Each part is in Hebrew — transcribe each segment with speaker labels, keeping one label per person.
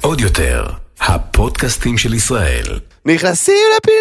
Speaker 1: עוד יותר, הפודקאסטים של ישראל.
Speaker 2: נכנסים לפינות.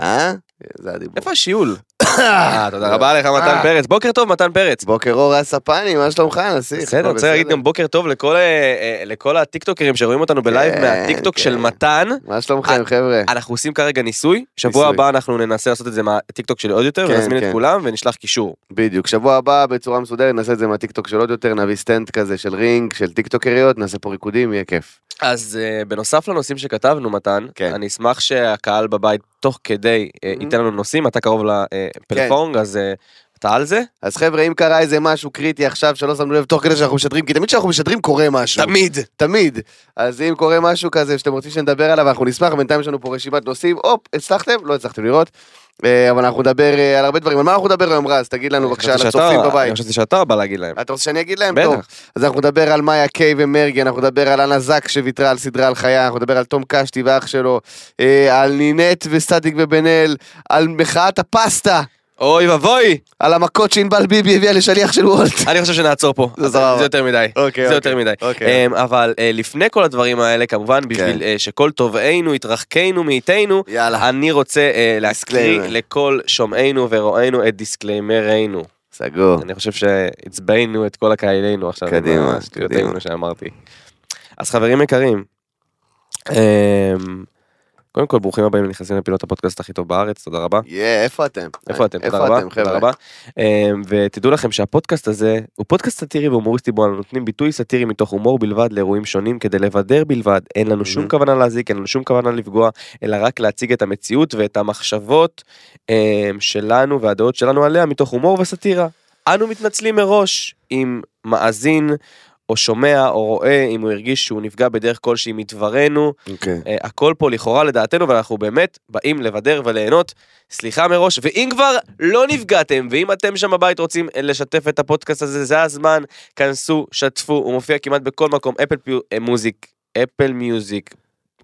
Speaker 2: אה? זה הדיבור.
Speaker 3: איפה השיעול? אה, תודה רבה לך מתן פרץ. בוקר טוב מתן פרץ.
Speaker 2: בוקר אור הספני, מה שלומך נסיך?
Speaker 3: בסדר,
Speaker 2: הכל
Speaker 3: רוצה להגיד גם בוקר טוב לכל, אה, אה, לכל הטיקטוקרים שרואים אותנו בלייב
Speaker 2: כן,
Speaker 3: מהטיקטוק
Speaker 2: כן.
Speaker 3: של מתן.
Speaker 2: מה
Speaker 3: אה,
Speaker 2: שלומכם חבר'ה?
Speaker 3: אנחנו עושים כרגע ניסוי, שבוע
Speaker 2: ניסוי.
Speaker 3: הבא אנחנו ננסה לעשות את זה מהטיקטוק שלי עוד יותר,
Speaker 2: כן,
Speaker 3: ונזמין
Speaker 2: כן.
Speaker 3: את כולם ונשלח קישור.
Speaker 2: בדיוק, שבוע הבא בצורה מסודרת נעשה את זה מהטיקטוק של עוד יותר, נביא סטנד כזה של רינג, של טיקטוקריות, נעשה פה ריקודים, יהיה כיף.
Speaker 3: אז אה, בנוסף לנושאים שכתבנו מתן,
Speaker 2: כן. Mm-hmm.
Speaker 3: אני אשמח שהקהל בבית תוך כדי אה, ייתן לנו נושאים, אתה קרוב לפלאפונג, אז אה, אתה על זה?
Speaker 2: אז חבר'ה, אם קרה איזה משהו קריטי עכשיו שלא שמנו לב תוך כדי שאנחנו משדרים, כי תמיד כשאנחנו משדרים קורה משהו.
Speaker 3: תמיד.
Speaker 2: תמיד. אז אם קורה משהו כזה שאתם רוצים שנדבר עליו, אנחנו נשמח, בינתיים יש לנו פה רשימת נושאים, הופ, הצלחתם? לא הצלחתם לראות. אה, אבל אנחנו נדבר אה, על הרבה דברים. על מה אנחנו נדבר היום, רז? תגיד לנו בבקשה,
Speaker 3: אה, חשבתי
Speaker 2: לצופים
Speaker 3: שאתה-
Speaker 2: בבית.
Speaker 3: אני חשבתי שאתה בא להגיד להם.
Speaker 2: אתה רוצה שאני אגיד להם?
Speaker 3: בטח.
Speaker 2: טוב. אז אנחנו נדבר על מאיה קיי ומרגי, אנחנו נדבר על אנה זק שוויתרה על סדרה על חיה, אנחנו נדבר על תום קשתי ואח שלו, אה, על נינט וסטטיק ובן אל, על מחאת הפסטה,
Speaker 3: אוי ואבוי!
Speaker 2: על המכות שענבל ביבי הביאה לשליח של וולט.
Speaker 3: אני חושב שנעצור פה,
Speaker 2: זה
Speaker 3: זה
Speaker 2: סבבה.
Speaker 3: זה יותר מדי,
Speaker 2: אוקיי,
Speaker 3: זה
Speaker 2: אוקיי.
Speaker 3: יותר מדי.
Speaker 2: אוקיי. כן.
Speaker 3: אמ, אבל אה, לפני כל הדברים האלה, כמובן, בשביל אה, שכל טובעינו, התרחקנו מאיתנו,
Speaker 2: יאללה.
Speaker 3: אני רוצה אה, להקריא
Speaker 2: דיסקליימר.
Speaker 3: לכל שומעינו ורואינו את דיסקליימרנו.
Speaker 2: סגור.
Speaker 3: אני חושב שעצבנו את כל הקהילנו עכשיו. עם
Speaker 2: קדימה,
Speaker 3: השטויותינו
Speaker 2: קדימה.
Speaker 3: שאמרתי. אז חברים יקרים, אמ, קודם כל ברוכים הבאים לנכנסים לפינות הפודקאסט הכי טוב בארץ, תודה רבה.
Speaker 2: יא, איפה אתם?
Speaker 3: איפה אתם? תודה
Speaker 2: איפה
Speaker 3: רבה.
Speaker 2: אתם,
Speaker 3: תודה
Speaker 2: חבר'ה?
Speaker 3: רבה. אמ, ותדעו לכם שהפודקאסט הזה הוא פודקאסט סאטירי והומוריסטי בו אנו נותנים ביטוי סאטירי מתוך הומור בלבד לאירועים שונים כדי לבדר בלבד. אין לנו שום
Speaker 2: Mhm.
Speaker 3: כוונה להזיק, אין לנו שום כוונה לפגוע, אלא רק להציג את המציאות ואת המחשבות אמ, שלנו והדעות שלנו עליה מתוך הומור וסאטירה. אנו מתנצלים מראש אם מאזין או שומע או רואה אם הוא הרגיש שהוא נפגע בדרך כלשהי מדברנו.
Speaker 2: אוקיי.
Speaker 3: אה, הכל פה לכאורה לדעתנו, ואנחנו באמת באים לבדר וליהנות. סליחה מראש, ואם כבר לא נפגעתם, ואם אתם שם בבית רוצים אה, לשתף את הפודקאסט הזה, זה הזמן, כנסו, שתפו, הוא מופיע כמעט בכל מקום, אפל פיו, אה, מוזיק, אפל מיוזיק,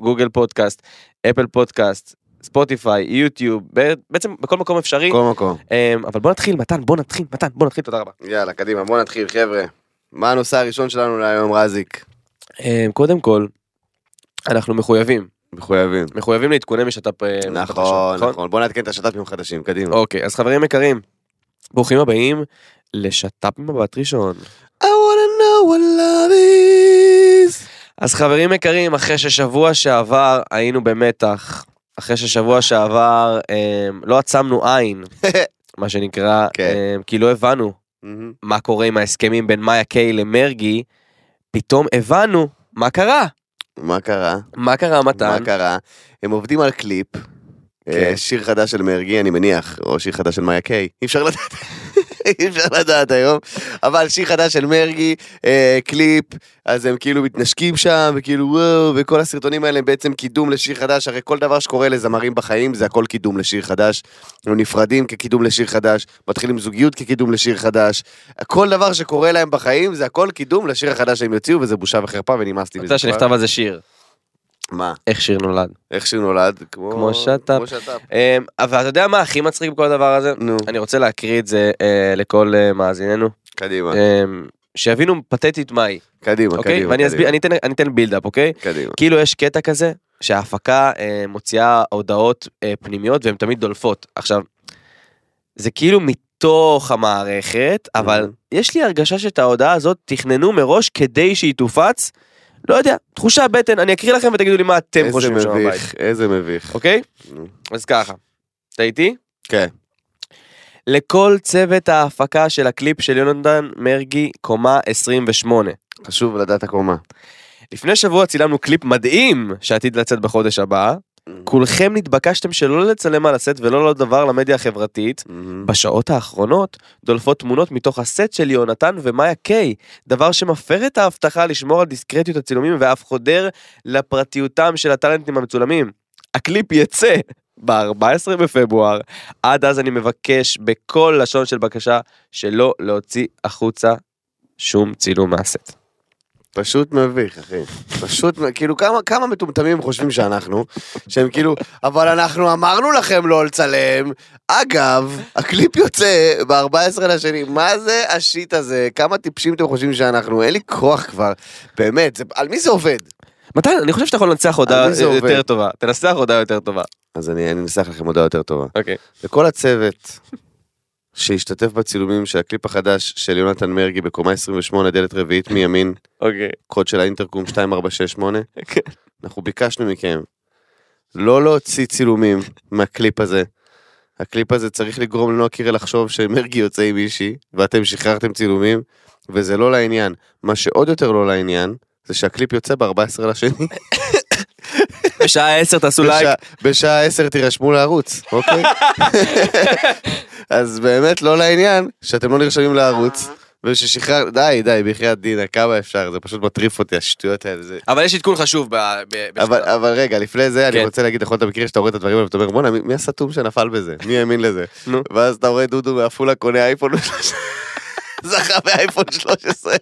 Speaker 3: גוגל פודקאסט, אפל פודקאסט, ספוטיפיי, יוטיוב, ב- בעצם בכל מקום אפשרי.
Speaker 2: כל מקום.
Speaker 3: אה, אבל בוא נתחיל, מתן, בוא נתחיל, מתן, בוא נתחיל, תודה רבה.
Speaker 2: יאללה, קדימה, בוא נתחיל, חבר'ה. מה הנושא הראשון שלנו להיום, רזיק?
Speaker 3: אה, קודם כל, אנחנו מחויבים,
Speaker 2: מחויבים.
Speaker 3: מחויבים לעדכוני משת"פ. אה, משת"פ ראשון,
Speaker 2: נכון, נכון. בוא נעדכן את השת"פים החדשים, קדימה.
Speaker 3: אוקיי, אז חברים יקרים, ברוכים הבאים לשת"פ מבט ראשון.
Speaker 2: I wanna know what love is.
Speaker 3: אז חברים יקרים, אחרי ששבוע שעבר היינו במתח, אחרי ששבוע שעבר אה, לא עצמנו עין, מה שנקרא,
Speaker 2: כן.
Speaker 3: אה, כי לא הבנו
Speaker 2: מהמם.
Speaker 3: מה קורה עם ההסכמים בין מאיה קיי למרגי, פתאום הבנו מה קרה.
Speaker 2: מה קרה?
Speaker 3: מה קרה, מתן? כן.
Speaker 2: מה קרה? הם עובדים על קליפ. אה, שיר חדש של מרגי, אני מניח, או שיר חדש של מאיה קיי, אי אפשר לדעת. אי אפשר לדעת היום, אבל שיר חדש של מרגי, אה, קליפ, אז הם כאילו מתנשקים שם, וכאילו וואו, וכל הסרטונים האלה הם בעצם קידום לשיר חדש, הרי כל דבר שקורה לזמרים בחיים זה הכל קידום לשיר חדש. הם נפרדים כקידום לשיר חדש, מתחילים זוגיות כקידום לשיר חדש. כל דבר שקורה להם בחיים זה הכל קידום לשיר החדש שהם יוציאו, וזה בושה וחרפה, ונמאסתי
Speaker 3: אתה
Speaker 2: מזה.
Speaker 3: יודע שנכתב על זה שיר,
Speaker 2: מה?
Speaker 3: איך שיר נולד.
Speaker 2: איך שיר נולד? כמו...
Speaker 3: כמו שת"פ.
Speaker 2: כמו שת"פ.
Speaker 3: אה, אבל אתה יודע מה הכי מצחיק בכל הדבר הזה?
Speaker 2: נו,
Speaker 3: אני רוצה להקריא את זה אה, לכל אה, מאזיננו.
Speaker 2: קדימה.
Speaker 3: אמ, שיבינו פתטית מהי,
Speaker 2: קדימה,
Speaker 3: אוקיי?
Speaker 2: קדימה.
Speaker 3: ואני
Speaker 2: קדימה.
Speaker 3: אסביר, אני אתן- אני אתן בילדאפ, אוקיי?
Speaker 2: קדימה.
Speaker 3: כאילו יש קטע כזה שההפקה אה, מוציאה הודעות אה, פנימיות והן תמיד דולפות. עכשיו, זה כאילו מתוך המערכת, אבל
Speaker 2: Mhm.
Speaker 3: יש לי הרגשה שאת ההודעה הזאת תכננו מראש כדי שהיא תופץ. לא יודע, תחושה בטן, אני אקריא לכם ותגידו לי מה אתם
Speaker 2: איזה
Speaker 3: חושבים שם בבית,
Speaker 2: מביך, איזה מביך.
Speaker 3: אוקיי?
Speaker 2: נו.
Speaker 3: אז ככה, אתה איתי?
Speaker 2: כן.
Speaker 3: לכל צוות ההפקה של הקליפ של יונתן מרגי, קומה 28.
Speaker 2: חשוב לדעת הקומה.
Speaker 3: לפני שבוע צילמנו קליפ מדהים שעתיד לצאת בחודש הבא. כולכם נתבקשתם שלא לצלם על הסט ולא לעוד דבר למדיה החברתית.
Speaker 2: מהמם.
Speaker 3: בשעות האחרונות דולפות תמונות מתוך הסט של יונתן ומאיה קיי, דבר שמפר את ההבטחה לשמור על דיסקרטיות הצילומים ואף חודר לפרטיותם של הטאלנטים המצולמים. הקליפ יצא ב-14 בפברואר, עד אז אני מבקש בכל לשון של בקשה שלא להוציא החוצה שום צילום מהסט.
Speaker 2: פשוט מביך, אחי. פשוט, מ- כאילו, כמה, כמה מטומטמים חושבים שאנחנו, שהם כאילו, אבל אנחנו אמרנו לכם לא לצלם. אגב, הקליפ יוצא ב-14 לשני, מה זה השיט הזה? כמה טיפשים אתם חושבים שאנחנו? אין לי כוח כבר, באמת, זה, על מי זה עובד?
Speaker 3: מתן, אני חושב שאתה יכול לנצח הודעה
Speaker 2: על מי זה
Speaker 3: אה,
Speaker 2: עובד?
Speaker 3: יותר טובה. תנסח הודעה יותר טובה.
Speaker 2: אז אני אני אנסח לכם הודעה יותר טובה.
Speaker 3: אוקיי.
Speaker 2: לכל הצוות שהשתתף בצילומים של הקליפ החדש של יונתן מרגי בקומה 28, דלת רביעית מימין,
Speaker 3: אוקיי.
Speaker 2: קוד של האינטרקום 2468, אנחנו ביקשנו מכם לא להוציא צילומים מהקליפ הזה. הקליפ הזה צריך לגרום לנועה קירל לחשוב שמרגי יוצא עם מישהי, ואתם שחררתם צילומים, וזה לא לעניין. מה שעוד יותר לא לעניין, זה שהקליפ יוצא ב-14 לשני.
Speaker 3: בשעה 10 תעשו לייק.
Speaker 2: בשעה- בשעה 10 תירשמו לערוץ, אוקיי? אז באמת לא לעניין שאתם לא נרשמים לערוץ. וששחרר, די, די, בחייאת דינה, כמה אפשר, זה פשוט מטריף אותי, השטויות האלה. זה...
Speaker 3: אבל יש עדכון חשוב ב- ב- בשעה.
Speaker 2: אבל, אה, אבל רגע, לפני זה, אני
Speaker 3: כן.
Speaker 2: רוצה להגיד, יכול להיות המקרים שאתה רואה את הדברים האלה, ואתה אומר, בואנה, מי- מי הסתום שנפל בזה? מי האמין לזה?
Speaker 3: נו.
Speaker 2: ואז אתה רואה דודו מעפולה קונה אייפון, זכה באייפון 13,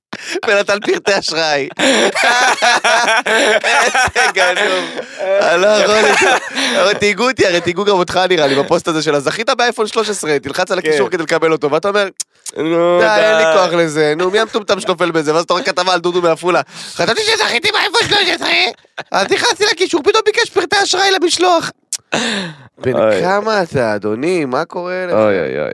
Speaker 2: ונתן פרטי אשראי.
Speaker 3: איזה גנוב.
Speaker 2: אני לא יכול את זה. אבל תהיגו אותי, הרי תהיגו גם אותך נראה לי בפוסט הזה של הזכית באייפון 13, תלחץ על הקישור
Speaker 3: כן.
Speaker 2: כדי לקבל אותו, ואתה אומר,
Speaker 3: נו,
Speaker 2: די, אה, אין לי כוח לזה, נו מי המטומטם שנופל בזה, ואז אתה רואה כתבה על דודו מעפולה, חשבתי שזכיתי באייפון 13, אז נכנסתי לקישור, פתאום ביקש פרטי אשראי למשלוח. בן
Speaker 3: אוי.
Speaker 2: כמה אתה, אדוני, מה קורה לך?
Speaker 3: אוי אוי אוי.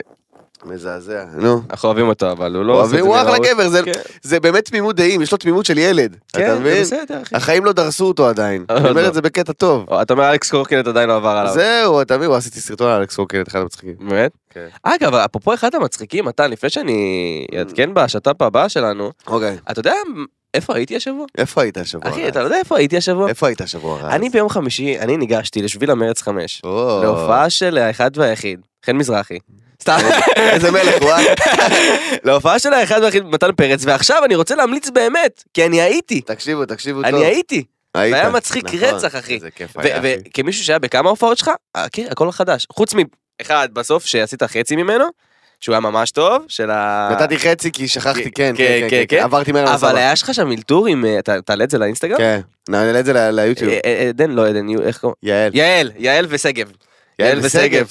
Speaker 2: מזעזע, נו.
Speaker 3: אנחנו אוהבים אותו, אבל הוא לא... עושה
Speaker 2: אוהבים,
Speaker 3: את זה
Speaker 2: הוא אחלה
Speaker 3: בגלל-
Speaker 2: גבר, זה-
Speaker 3: כן.
Speaker 2: זה באמת תמימות דעים, יש לו תמימות של ילד, אתה
Speaker 3: כן, זה
Speaker 2: מבין?
Speaker 3: בסדר, אחי.
Speaker 2: החיים לא דרסו אותו עדיין,
Speaker 3: עוד
Speaker 2: אני אומר
Speaker 3: לא.
Speaker 2: את זה בקטע טוב.
Speaker 3: או, אתה אומר אלכס קורקינט עדיין לא עבר עליו.
Speaker 2: זהו, אתה מבין, הוא עשיתי סרטון על אלכס קורקינט, אחד המצחיקים.
Speaker 3: באמת?
Speaker 2: כן.
Speaker 3: אגב, אפרופו אחד המצחיקים, מתן, לפני שאני אעדכן בשת"פ הבא שלנו,
Speaker 2: אוקיי.
Speaker 3: אתה יודע איפה הייתי השבוע?
Speaker 2: איפה היית השבוע?
Speaker 3: אחי,
Speaker 2: רז?
Speaker 3: אתה לא יודע איפה הייתי השבוע?
Speaker 2: איפה היית השבוע? רז?
Speaker 3: אני ביום חמישי, אני ניגשתי לשביל המרץ חמש,
Speaker 2: או.
Speaker 3: להופעה של האחד והיחיד, חן מזרחי. סתם,
Speaker 2: איזה מלך, וואי.
Speaker 3: להופעה של האחד והיחיד מתן פרץ, ועכשיו אני רוצה להמליץ באמת, כי אני הייתי,
Speaker 2: תקשיבו, תקשיבו טוב.
Speaker 3: אני הייתי.
Speaker 2: היית.
Speaker 3: והיה מצחיק
Speaker 2: נכון,
Speaker 3: רצח, אחי.
Speaker 2: איזה כיף היה, אחי.
Speaker 3: וכמישהו שהיה בכמה הופעות שלך, אה, כן, הכל חדש. חוץ מאחד בסוף שעשית חצי ממנו, שהוא היה ממש טוב, של ה...
Speaker 2: נתתי חצי כי שכחתי, כן, כן, כן, כן.
Speaker 3: כן.
Speaker 2: עברתי מהר
Speaker 3: אבל
Speaker 2: לסבא.
Speaker 3: היה שלך שם אלתור עם... אה, אתה- תעלה את זה לאינסטגרם?
Speaker 2: כן, נעלה את זה ל- ליוטיוב.
Speaker 3: אה, אה, עדן, לא עדן, יהיו- איך קוראים?
Speaker 2: יעל.
Speaker 3: יעל, יעל ושגב. כן,
Speaker 2: יעל ושגב,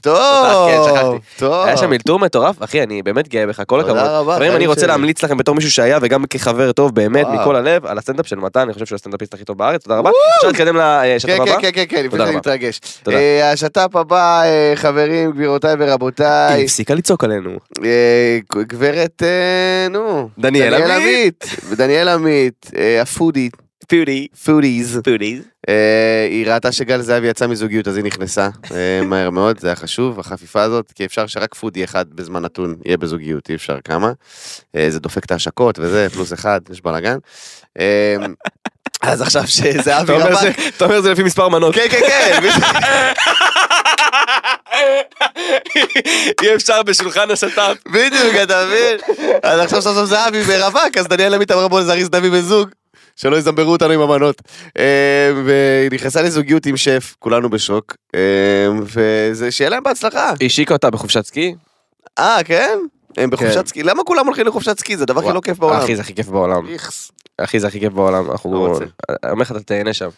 Speaker 2: טוב.
Speaker 3: שכחתי.
Speaker 2: טוב.
Speaker 3: היה שם אלתור מטורף, אחי, אני באמת גאה בך, כל
Speaker 2: אה. תודה
Speaker 3: הכבוד.
Speaker 2: רבה,
Speaker 3: חברים, אני
Speaker 2: חיים
Speaker 3: רוצה
Speaker 2: שלי.
Speaker 3: להמליץ לכם בתור מישהו שהיה וגם כחבר טוב באמת
Speaker 2: וואו.
Speaker 3: מכל הלב על הסטנדאפ של מתן, אני חושב שהוא הסטנדאפיסט הכי טוב בארץ, תודה רבה. אפשר להתקדם לשטף
Speaker 2: כן,
Speaker 3: הבא?
Speaker 2: כן, כן, כן, כן, לפני
Speaker 3: תודה
Speaker 2: שאני
Speaker 3: רבה.
Speaker 2: מתרגש.
Speaker 3: תודה.
Speaker 2: אה, השת"פ הבא, אה, חברים, גבירותיי ורבותיי.
Speaker 3: היא הפסיקה לצעוק עלינו.
Speaker 2: אה, גברת, אה, נו.
Speaker 3: דניאל עמית.
Speaker 2: דניאל עמית, אה, הפודית,
Speaker 3: פיודי.
Speaker 2: פודיז.
Speaker 3: פיודיז.
Speaker 2: אה, היא ראתה שגל זהבי יצא מזוגיות, אז היא נכנסה אה, מהר מאוד, זה היה חשוב, החפיפה הזאת, כי אפשר שרק פודי אחד בזמן נתון יהיה בזוגיות, אי אפשר כמה. אה, זה דופק את ההשקות וזה, פלוס אחד, יש בלאגן. אה, אז עכשיו שזהבי
Speaker 3: אתה אומר
Speaker 2: רווק...
Speaker 3: זה- אתה אומר זה לפי מספר מנות.
Speaker 2: כן, כן, כן,
Speaker 3: אי אפשר בשולחן השת"פ.
Speaker 2: בדיוק, אתה מבין? אז עכשיו סוף סוף זהבי ורווק, אז דניאל עמית אמרה בוא נזריז נביא בן זוג. שלא יזמברו אותנו עם אמנות. אה, והיא נכנסה לזוגיות עם שף, כולנו בשוק. אה, וזה, שיהיה להם בהצלחה.
Speaker 3: השיקה אותה בחופשת סקי.
Speaker 2: אה, כן? הם
Speaker 3: כן.
Speaker 2: בחופשת סקי? למה כולם הולכים לחופשת סקי? זה הדבר הכי לא כיף בעולם.
Speaker 3: אחי, זה הכי כיף בעולם.
Speaker 2: איכס.
Speaker 3: אחי, זה הכי כיף בעולם. אנחנו...
Speaker 2: לא רוצה.
Speaker 3: אני אומר לך, אתה תהנה שם.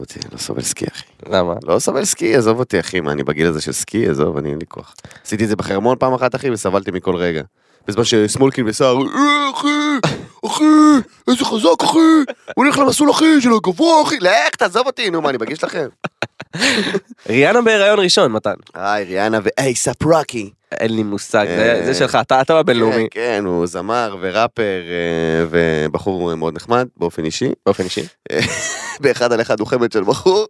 Speaker 2: אותי, לא סובל סקי, אחי.
Speaker 3: למה?
Speaker 2: לא סובל סקי, עזוב אותי, אחי. מה, אני בגיל הזה של סקי? עזוב, אני אין לי כוח. עשיתי את זה בחרמון פעם אחת, אחי, וסבלתי מכל רגע. בזמן שסמולקין וסער, "אה, אחי, אחי, איזה חזק, אחי, הוא הולך למסלול, אחי, של הגבוה, אחי, לך, תעזוב אותי, נו, מה, אני מגיש לכם?
Speaker 3: ריאנה בהיריון ראשון, מתן.
Speaker 2: היי, ריאנה ואייסאפ רוקי.
Speaker 3: אין לי מושג, זה-
Speaker 2: אה.
Speaker 3: זה שלך, אתה אתה בבינלאומי.
Speaker 2: כן, כן, הוא זמר וראפר אה, ובחור מאוד נחמד, באופן אישי.
Speaker 3: באופן אישי.
Speaker 2: באחד על אחד הוא חמד של בחור.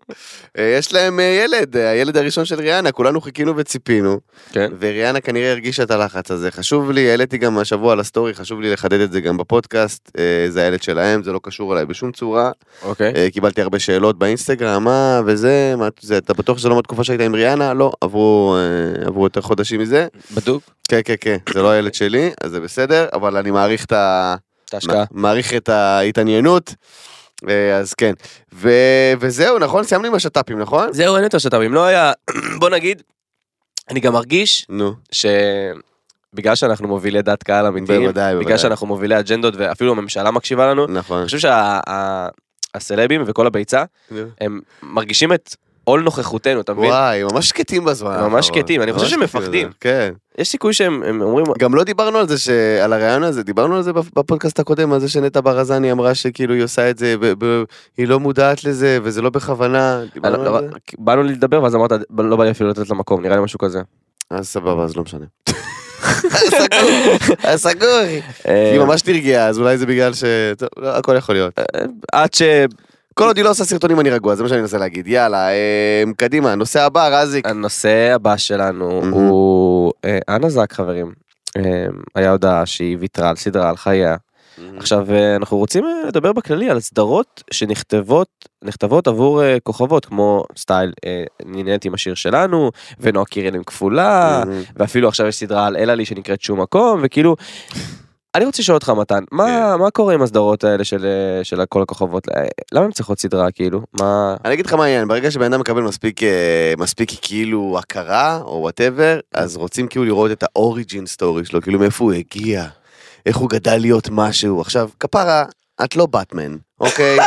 Speaker 2: אה, יש להם אה, ילד, אה, הילד הראשון של ריאנה, כולנו חיכינו וציפינו,
Speaker 3: כן.
Speaker 2: וריאנה כנראה הרגישה את הלחץ הזה. חשוב לי, העליתי גם השבוע על הסטורי, חשוב לי לחדד את זה גם בפודקאסט, אה, זה הילד שלהם, זה לא קשור אליי בשום צורה.
Speaker 3: אוקיי.
Speaker 2: אה, קיבלתי הרבה שאלות באינסטגרם, מה וזה, מה, זה, אתה בטוח שזה לא מהתקופה שהיית עם ריאנה? לא, עברו, אה, עברו יותר חודשים מזה.
Speaker 3: בדוק.
Speaker 2: כן, כן, כן, זה לא הילד שלי, אז זה בסדר, אבל אני מעריך את ה...
Speaker 3: את ההשקעה.
Speaker 2: מע- מעריך את ההתעניינות. אה, אז כן. ו- וזהו, נכון? סיימנו עם השת"פים, נכון?
Speaker 3: זהו, אין יותר שת"פים. לא היה... בוא נגיד, אני גם מרגיש
Speaker 2: נו.
Speaker 3: ש... בגלל שאנחנו מובילי דת קהל אמיתיים,
Speaker 2: בוודאי, בוודאי.
Speaker 3: בגלל שאנחנו מובילי אג'נדות ואפילו הממשלה מקשיבה לנו,
Speaker 2: נכון.
Speaker 3: אני חושב שהסלבים וכל הביצה, הם מרגישים את עול נוכחותנו, אתה מבין?
Speaker 2: וואי, ממש שקטים בזמן.
Speaker 3: ממש
Speaker 2: האחרון.
Speaker 3: שקטים, אני חושב
Speaker 2: ממש
Speaker 3: שהם
Speaker 2: שקטים
Speaker 3: מפחדים.
Speaker 2: בזמן, כן.
Speaker 3: יש סיכוי שהם הם אומרים,
Speaker 2: גם לא דיברנו על זה, ש- על הרעיון הזה, דיברנו על זה בפודקאסט הקודם, על זה שנטע ברזני אמרה שכאילו היא עושה את זה, ב- ב- היא לא מודעת לזה, וזה לא בכוונה.
Speaker 3: "אה,
Speaker 2: דיברנו
Speaker 3: לא,
Speaker 2: על זה?
Speaker 3: באנו לדבר ואז אמרת, לא בא לי אפילו לתת לה מקום, נראה לי משהו כזה.
Speaker 2: אז סבבה, אז לא משנה. סגור, אז סגור.
Speaker 3: אה,
Speaker 2: היא ממש נרגעה, אז אולי זה בגלל ש... טוב, לא, הכל יכול להיות.
Speaker 3: עד ש...
Speaker 2: כל עוד היא לא עושה סרטונים אני רגוע, זה מה שאני מנסה להגיד. יאללה, אה, קדימה, נושא הבא, רזיק.
Speaker 3: הנושא הבא שלנו
Speaker 2: מהמם.
Speaker 3: הוא אה, אנה זק חברים. אה, היה הודעה שהיא ויתרה על סדרה על חייה. עכשיו אה, אנחנו רוצים אה, לדבר בכללי על סדרות שנכתבות נכתבות עבור אה, כוכבות כמו סטייל אה, נהנית עם השיר שלנו ונועה קירל עם כפולה
Speaker 2: מהמם.
Speaker 3: ואפילו עכשיו יש סדרה על אלעלי שנקראת שום מקום וכאילו. אני רוצה לשאול אותך מתן מה מה קורה עם הסדרות האלה של אה, של כל הכוכבות אה, למה הן צריכות סדרה כאילו מה
Speaker 2: אני אגיד לך מה העניין, ברגע שבן אדם מקבל מספיק, אה, מספיק כאילו הכרה, או וואטאבר, אז רוצים כאילו לראות את האוריג'ין סטורי שלו, כאילו מאיפה הוא הגיע, איך הוא גדל להיות משהו. עכשיו, כפרה, את לא באטמן, אוקיי?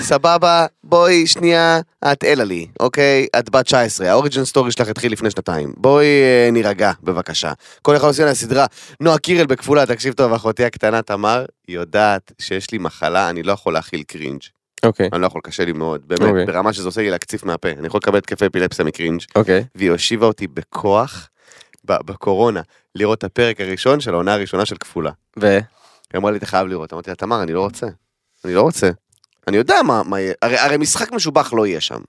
Speaker 2: סבבה, בואי שנייה, את אלה לי, אוקיי? את בת 19, האוריג'ן סטורי שלך התחיל לפני שנתיים. בואי אה, נירגע, בבקשה. כל אחד עושה לה סדרה. נועה קירל בכפולה, תקשיב טוב, אחותי הקטנה תמר, יודעת שיש לי מחלה, אני לא יכול להכיל קרינג'.
Speaker 3: אוקיי
Speaker 2: אני לא יכול, קשה לי מאוד,
Speaker 3: אוקיי.
Speaker 2: באמת, ברמה שזה עושה לי להקציף מהפה, אני יכול לקבל התקפי אפילפסיה מקרינג',
Speaker 3: אוקיי
Speaker 2: והיא הושיבה אותי בכוח, ב- בקורונה, לראות את הפרק הראשון של העונה הראשונה של כפולה.
Speaker 3: ו-
Speaker 2: היא אמרה לי, אתה חייב לראות, אמרתי לה, תמר, אני לא רוצה, אני לא רוצה. אני יודע מה, מה יהיה, הרי, הרי משחק משובח לא יהיה שם.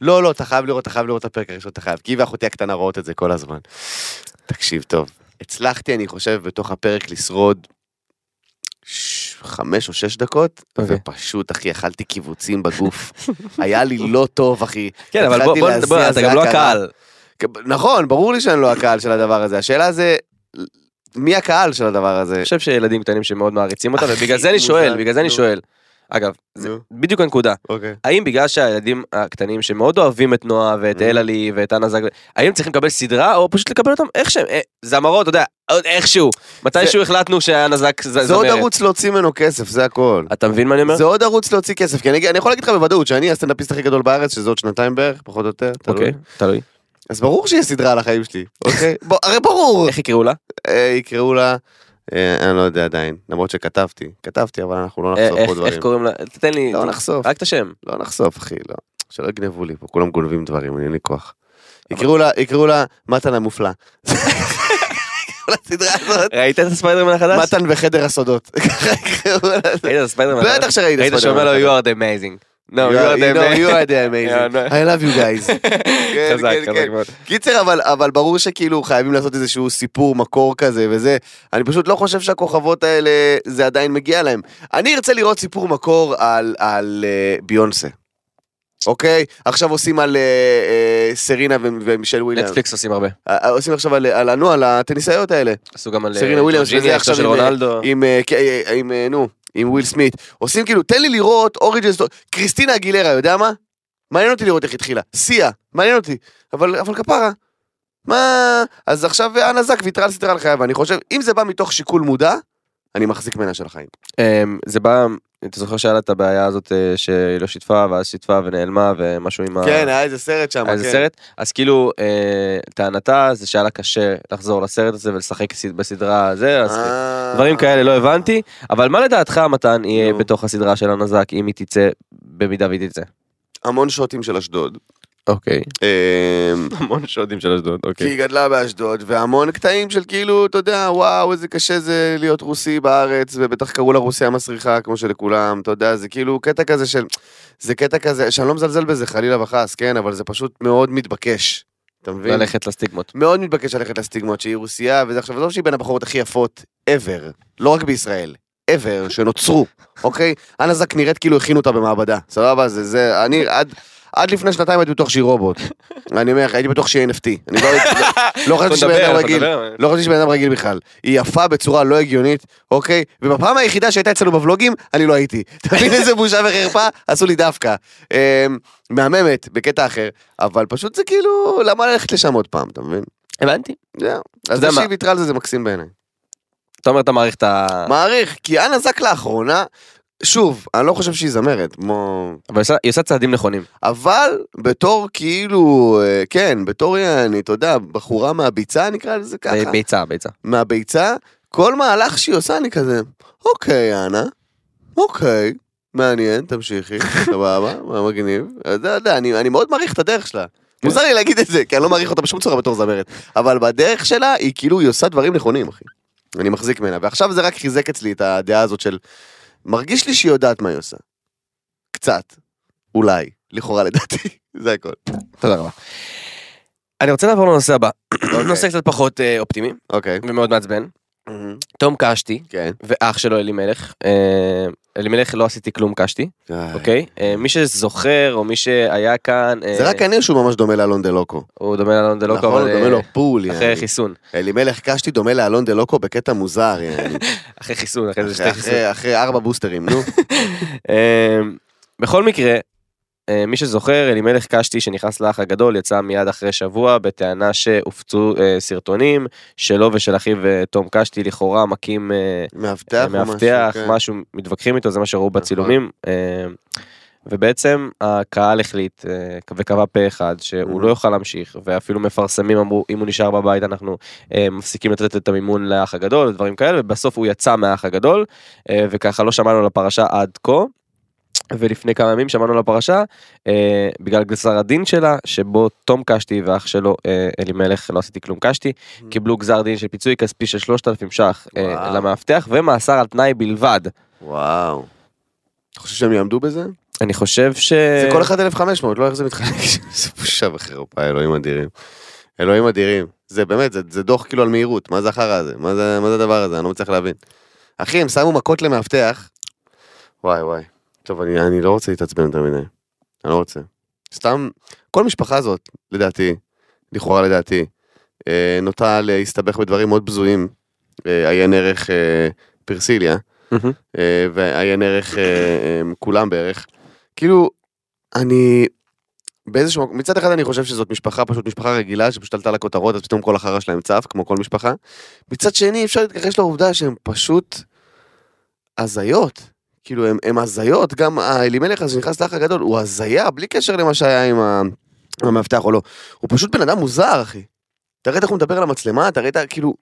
Speaker 2: לא, לא, אתה חייב לראות, אתה חייב לראות את הפרק הראשון, אתה חייב, כי היא ואחותי הקטנה רואות את זה כל הזמן. תקשיב טוב, הצלחתי, אני חושב, בתוך הפרק לשרוד ש- חמש או שש דקות,
Speaker 3: אוקיי.
Speaker 2: ופשוט, אחי, אכלתי קיבוצים בגוף. היה לי לא טוב, אחי.
Speaker 3: כן, אבל בוא,
Speaker 2: התחלתי
Speaker 3: בוא,
Speaker 2: להזיע,
Speaker 3: בוא, אתה
Speaker 2: זה
Speaker 3: גם
Speaker 2: היה
Speaker 3: לא
Speaker 2: קרה.
Speaker 3: הקהל.
Speaker 2: כ- נכון, ברור לי שאני לא הקהל של הדבר הזה, השאלה זה, מי הקהל של הדבר הזה?
Speaker 3: אני חושב שילדים קטנים שמאוד מעריצים אותם,
Speaker 2: אחי,
Speaker 3: ובגלל זה אני
Speaker 2: מוזר,
Speaker 3: שואל, בגלל זה אני
Speaker 2: נו.
Speaker 3: שואל. אגב, זה
Speaker 2: נו.
Speaker 3: בדיוק הנקודה.
Speaker 2: אוקיי.
Speaker 3: האם בגלל שהילדים הקטנים שמאוד אוהבים את נועה ואת
Speaker 2: Mhm.
Speaker 3: אלעלי ואת אנה זג, האם צריכים לקבל סדרה או פשוט לקבל אותם איך שהם? אה, זמרות, אתה יודע, עוד איכשהו. מתישהו החלטנו שאנה זק ז-
Speaker 2: זה עוד
Speaker 3: זמרת.
Speaker 2: ערוץ להוציא ממנו כסף, זה הכל.
Speaker 3: אתה מבין מה אני אומר?
Speaker 2: זה עוד ערוץ להוציא כסף, כי אני אני יכול להגיד לך בוודאות שאני הסטנדאפיסט הכי גדול בארץ, שזה עוד שנתיים בערך, פחות או יותר, תלוי.
Speaker 3: אוקיי, תלוי.
Speaker 2: אז ברור שיש סדרה על החיים שלי, אוקיי? בוא, הרי ברור.
Speaker 3: איך יקראו לה?
Speaker 2: אה, יקראו לה, אה, אני לא יודע עדיין, למרות שכתבתי, כתבתי, אבל אנחנו לא
Speaker 3: אה,
Speaker 2: נחשוף
Speaker 3: איך-
Speaker 2: פה
Speaker 3: איך
Speaker 2: דברים.
Speaker 3: קוראים לה? תתן לי,
Speaker 2: לא נחשוף,
Speaker 3: רק את השם.
Speaker 2: לא נחשוף, אחי, לא. שלא יגנבו לי פה, כולם גונבים דברים, אין לי כוח. יקראו לה, יקראו לה, מתן המופלא. כל הסדרה הזאת,
Speaker 3: ראית את הספיידרמן החדש?
Speaker 2: מתן וחדר הסודות. ככה יקראו לה.
Speaker 3: ראית את הספיידרמן החדש?
Speaker 2: בטח שראיתי
Speaker 3: ראית שאומר לו you are the amazing. No,
Speaker 2: you are the amazing. You are the
Speaker 3: Yeah,
Speaker 2: amazing.
Speaker 3: no.
Speaker 2: I love you guys. כן,
Speaker 3: חזק,
Speaker 2: כן,
Speaker 3: חזק
Speaker 2: כן.
Speaker 3: מאוד.
Speaker 2: קיצר, אבל, אבל ברור שכאילו חייבים לעשות איזשהו סיפור מקור כזה וזה. אני פשוט לא חושב שהכוכבות האלה, זה עדיין מגיע להם. אני ארצה לראות סיפור מקור על, על uh, ביונסה. אוקיי? עכשיו עושים על uh, uh, סרינה ו- ומישל וויליאמס.
Speaker 3: נטפליקס עושים הרבה.
Speaker 2: אה, אה, עושים עכשיו על, על, נו, על הטניסאיות האלה.
Speaker 3: עשו גם על אה,
Speaker 2: סרינה וויליאמס,
Speaker 3: ג'ורג'יני,
Speaker 2: וזה
Speaker 3: אשתו
Speaker 2: עכשיו
Speaker 3: של
Speaker 2: עם,
Speaker 3: רונלדו.
Speaker 2: עם, אה, כ- אה, אה, עם, אה, נו, עם וויל סמית. עושים כאילו, תן לי לראות אוריג'ן סטורי. קריסטינה אגילרה, יודע מה? מעניין אותי לראות איך התחילה. סיה, מעניין אותי. אבל, אבל כפרה. מה? אז עכשיו אנה זק ויתרה על סדרה על חייו, ואני חושב, אם זה בא מתוך שיקול מודע, אני מחזיק ממנה של החיים.
Speaker 3: אמ, זה בא, אתה זוכר שהיה לה את הבעיה הזאת אה, שהיא לא שיתפה, ואז שיתפה ונעלמה, ומשהו עם ה...
Speaker 2: כן, היה איזה סרט שם.
Speaker 3: כן,
Speaker 2: כן.
Speaker 3: היה כן. איזה סרט? אז כאילו, אה, טענתה זה שהיה לה קשה לחזור לסרט הזה ולשחק סד- בסדרה הזה, אז
Speaker 2: אה.
Speaker 3: דברים כאלה לא הבנתי, אבל מה לדעתך מתן יהיה
Speaker 2: נו.
Speaker 3: בתוך הסדרה של הנזק אם היא תצא, במידה והיא תצא?
Speaker 2: המון שוטים של אשדוד.
Speaker 3: אוקיי.
Speaker 2: אמ,
Speaker 3: המון שודים של אשדוד, אוקיי.
Speaker 2: כי היא גדלה באשדוד, והמון קטעים של כאילו, אתה יודע, וואו, איזה קשה זה להיות רוסי בארץ, ובטח קראו לה רוסיה מסריחה, כמו שלכולם, אתה יודע, זה כאילו קטע כזה של... זה קטע כזה, שאני לא מזלזל בזה, חלילה וחס, כן, אבל זה פשוט מאוד מתבקש. אתה מבין?
Speaker 3: ללכת לסטיגמות.
Speaker 2: מאוד מתבקש ללכת לסטיגמות שהיא רוסיה, וזה עכשיו, עזוב שהיא בין הבחורות הכי יפות ever, לא רק בישראל, ever, שנוצרו, אוקיי? אנה זק נראית כאילו הכינו אותה במעבדה, סבבה? זה, זה, אני עד... עד לפני שנתיים הייתי בטוח שהיא רובוט. אני אומר לך, הייתי בטוח שהיא NFT. אני לא, לא חשבתי שבן אדם רגיל. לא חשבתי שבן אדם רגיל בכלל. היא יפה בצורה לא הגיונית, אוקיי? ובפעם היחידה שהייתה אצלנו בוולוגים, אני לא הייתי. אתה מבין איזה בושה וחרפה? עשו לי דווקא. אמ, מהממת, בקטע אחר, אבל פשוט זה כאילו, למה ללכת לשם עוד פעם, אתה מבין?
Speaker 3: הבנתי.
Speaker 2: זהו. אז
Speaker 3: יודע מה?
Speaker 2: תקשיב, ויתרה על זה, זה מקסים בעיניי.
Speaker 3: אתה אומר אתה מעריך את ה...
Speaker 2: מעריך, כי אנה זק לאחרונה, שוב, אני לא חושב שהיא זמרת, כמו...
Speaker 3: אבל היא עושה- היא עושה צעדים נכונים.
Speaker 2: אבל בתור כאילו, אה, כן, בתור, יעני, אתה יודע, בחורה מהביצה נקרא לזה ככה,
Speaker 3: ב- ביצה, ביצה.
Speaker 2: מהביצה, כל מהלך שהיא עושה אני כזה, אוקיי, אנה, אוקיי, מעניין, תמשיכי, סבבה, מה מגניב, אתה יודע, אני אני מאוד מעריך את הדרך שלה.
Speaker 3: כן.
Speaker 2: מוזר לי להגיד את זה, כי אני לא מעריך אותה בשום צורה בתור זמרת, אבל בדרך שלה היא כאילו, היא עושה דברים נכונים, אחי. אני מחזיק ממנה, ועכשיו זה רק חיזק אצלי את הדעה הזאת של, מרגיש לי שהיא יודעת מה היא עושה. קצת, אולי, לכאורה לדעתי, זה הכל.
Speaker 3: תודה רבה. אני רוצה לעבור לנושא הבא.
Speaker 2: אוקיי.
Speaker 3: נושא קצת פחות אה, אופטימי
Speaker 2: אוקיי.
Speaker 3: ומאוד מעצבן.
Speaker 2: מהמם.
Speaker 3: תום קשתי
Speaker 2: כן.
Speaker 3: ואח שלו אלימלך. אה, אלימלך לא עשיתי כלום קשתי, אוקיי? אה, מי שזוכר או מי שהיה כאן... אה,
Speaker 2: זה רק אני שהוא ממש דומה לאלון דלוקו.
Speaker 3: הוא דומה לאלון דלוקו,
Speaker 2: נכון,
Speaker 3: אבל,
Speaker 2: הוא דומה
Speaker 3: אה,
Speaker 2: לו בול,
Speaker 3: אחרי
Speaker 2: יעני.
Speaker 3: חיסון.
Speaker 2: אלימלך קשתי דומה לאלון דלוקו בקטע מוזר, יעני.
Speaker 3: אחרי חיסון, אחרי כן, זה
Speaker 2: אחרי-
Speaker 3: שתי חיסון.
Speaker 2: אחרי- אחרי ארבע בוסטרים, נו.
Speaker 3: אה, בכל מקרה, אה, מי שזוכר, אלימלך קשתי שנכנס לאח הגדול יצא מיד אחרי שבוע בטענה שהופצו אה, סרטונים שלו ושל אחיו אה, תום קשתי לכאורה מכים אה,
Speaker 2: מאבטח או משהו.
Speaker 3: מאבטח,
Speaker 2: כן. נכון.
Speaker 3: משהו, מתווכחים איתו, זה מה שראו בצילומים. אה, ובעצם הקהל החליט אה, וקבע פה אחד שהוא
Speaker 2: Mhm.
Speaker 3: לא יוכל להמשיך, ואפילו מפרסמים אמרו, אם הוא נשאר בבית אנחנו אה, מפסיקים לתת את המימון לאח הגדול ודברים כאלה, ובסוף הוא יצא מהאח הגדול, אה, וככה לא שמענו על הפרשה עד כה. ולפני כמה ימים שמענו על הפרשה אה, בגלל גזר הדין שלה שבו תום קשתי ואח שלו אה, אלימלך לא עשיתי כלום קשתי
Speaker 2: כן.
Speaker 3: קיבלו גזר דין של פיצוי כספי של 3,000 ש"ח אה,
Speaker 2: וואו.
Speaker 3: למאבטח ומאסר על תנאי בלבד.
Speaker 2: וואו. אתה חושב שהם יעמדו בזה?
Speaker 3: אני חושב ש...
Speaker 2: זה כל אחד 1,500, לא איך זה מתחלק. זה בושה וחרפה, אלוהים אדירים. אלוהים אדירים. זה באמת, זה- זה דוח כאילו על מהירות, מה זה החרא הזה? מה זה מה זה הדבר הזה? אני לא מצליח להבין. אחי, הם שמו מכות למאבטח. וואי וואי. טוב, אני אני לא רוצה להתעצבן יותר מדי. אני לא רוצה. סתם, כל המשפחה הזאת, לדעתי, לכאורה לדעתי, אה, נוטה להסתבך בדברים מאוד בזויים. אה, עיין ערך אה, פרסיליה.
Speaker 3: מהמם.
Speaker 2: אה, ועיין ערך, אה, אה, כולם בערך. כאילו, אני... באיזשהו מקום, מצד אחד אני חושב שזאת משפחה, פשוט משפחה רגילה שפשוט עלתה לכותרות, אז פתאום כל החרא שלהם צף, כמו כל משפחה. מצד שני, אפשר להתכחש לעובדה שהם פשוט הזיות. כאילו, הם, הם הזיות, גם האלימלך הזה שנכנס לאח הגדול, הוא הזיה, בלי קשר למה שהיה עם ה- עם המאבטח או לא. הוא פשוט בן אדם מוזר, אחי. תראה איך הוא מדבר למצלמה, תראה את ה... כאילו...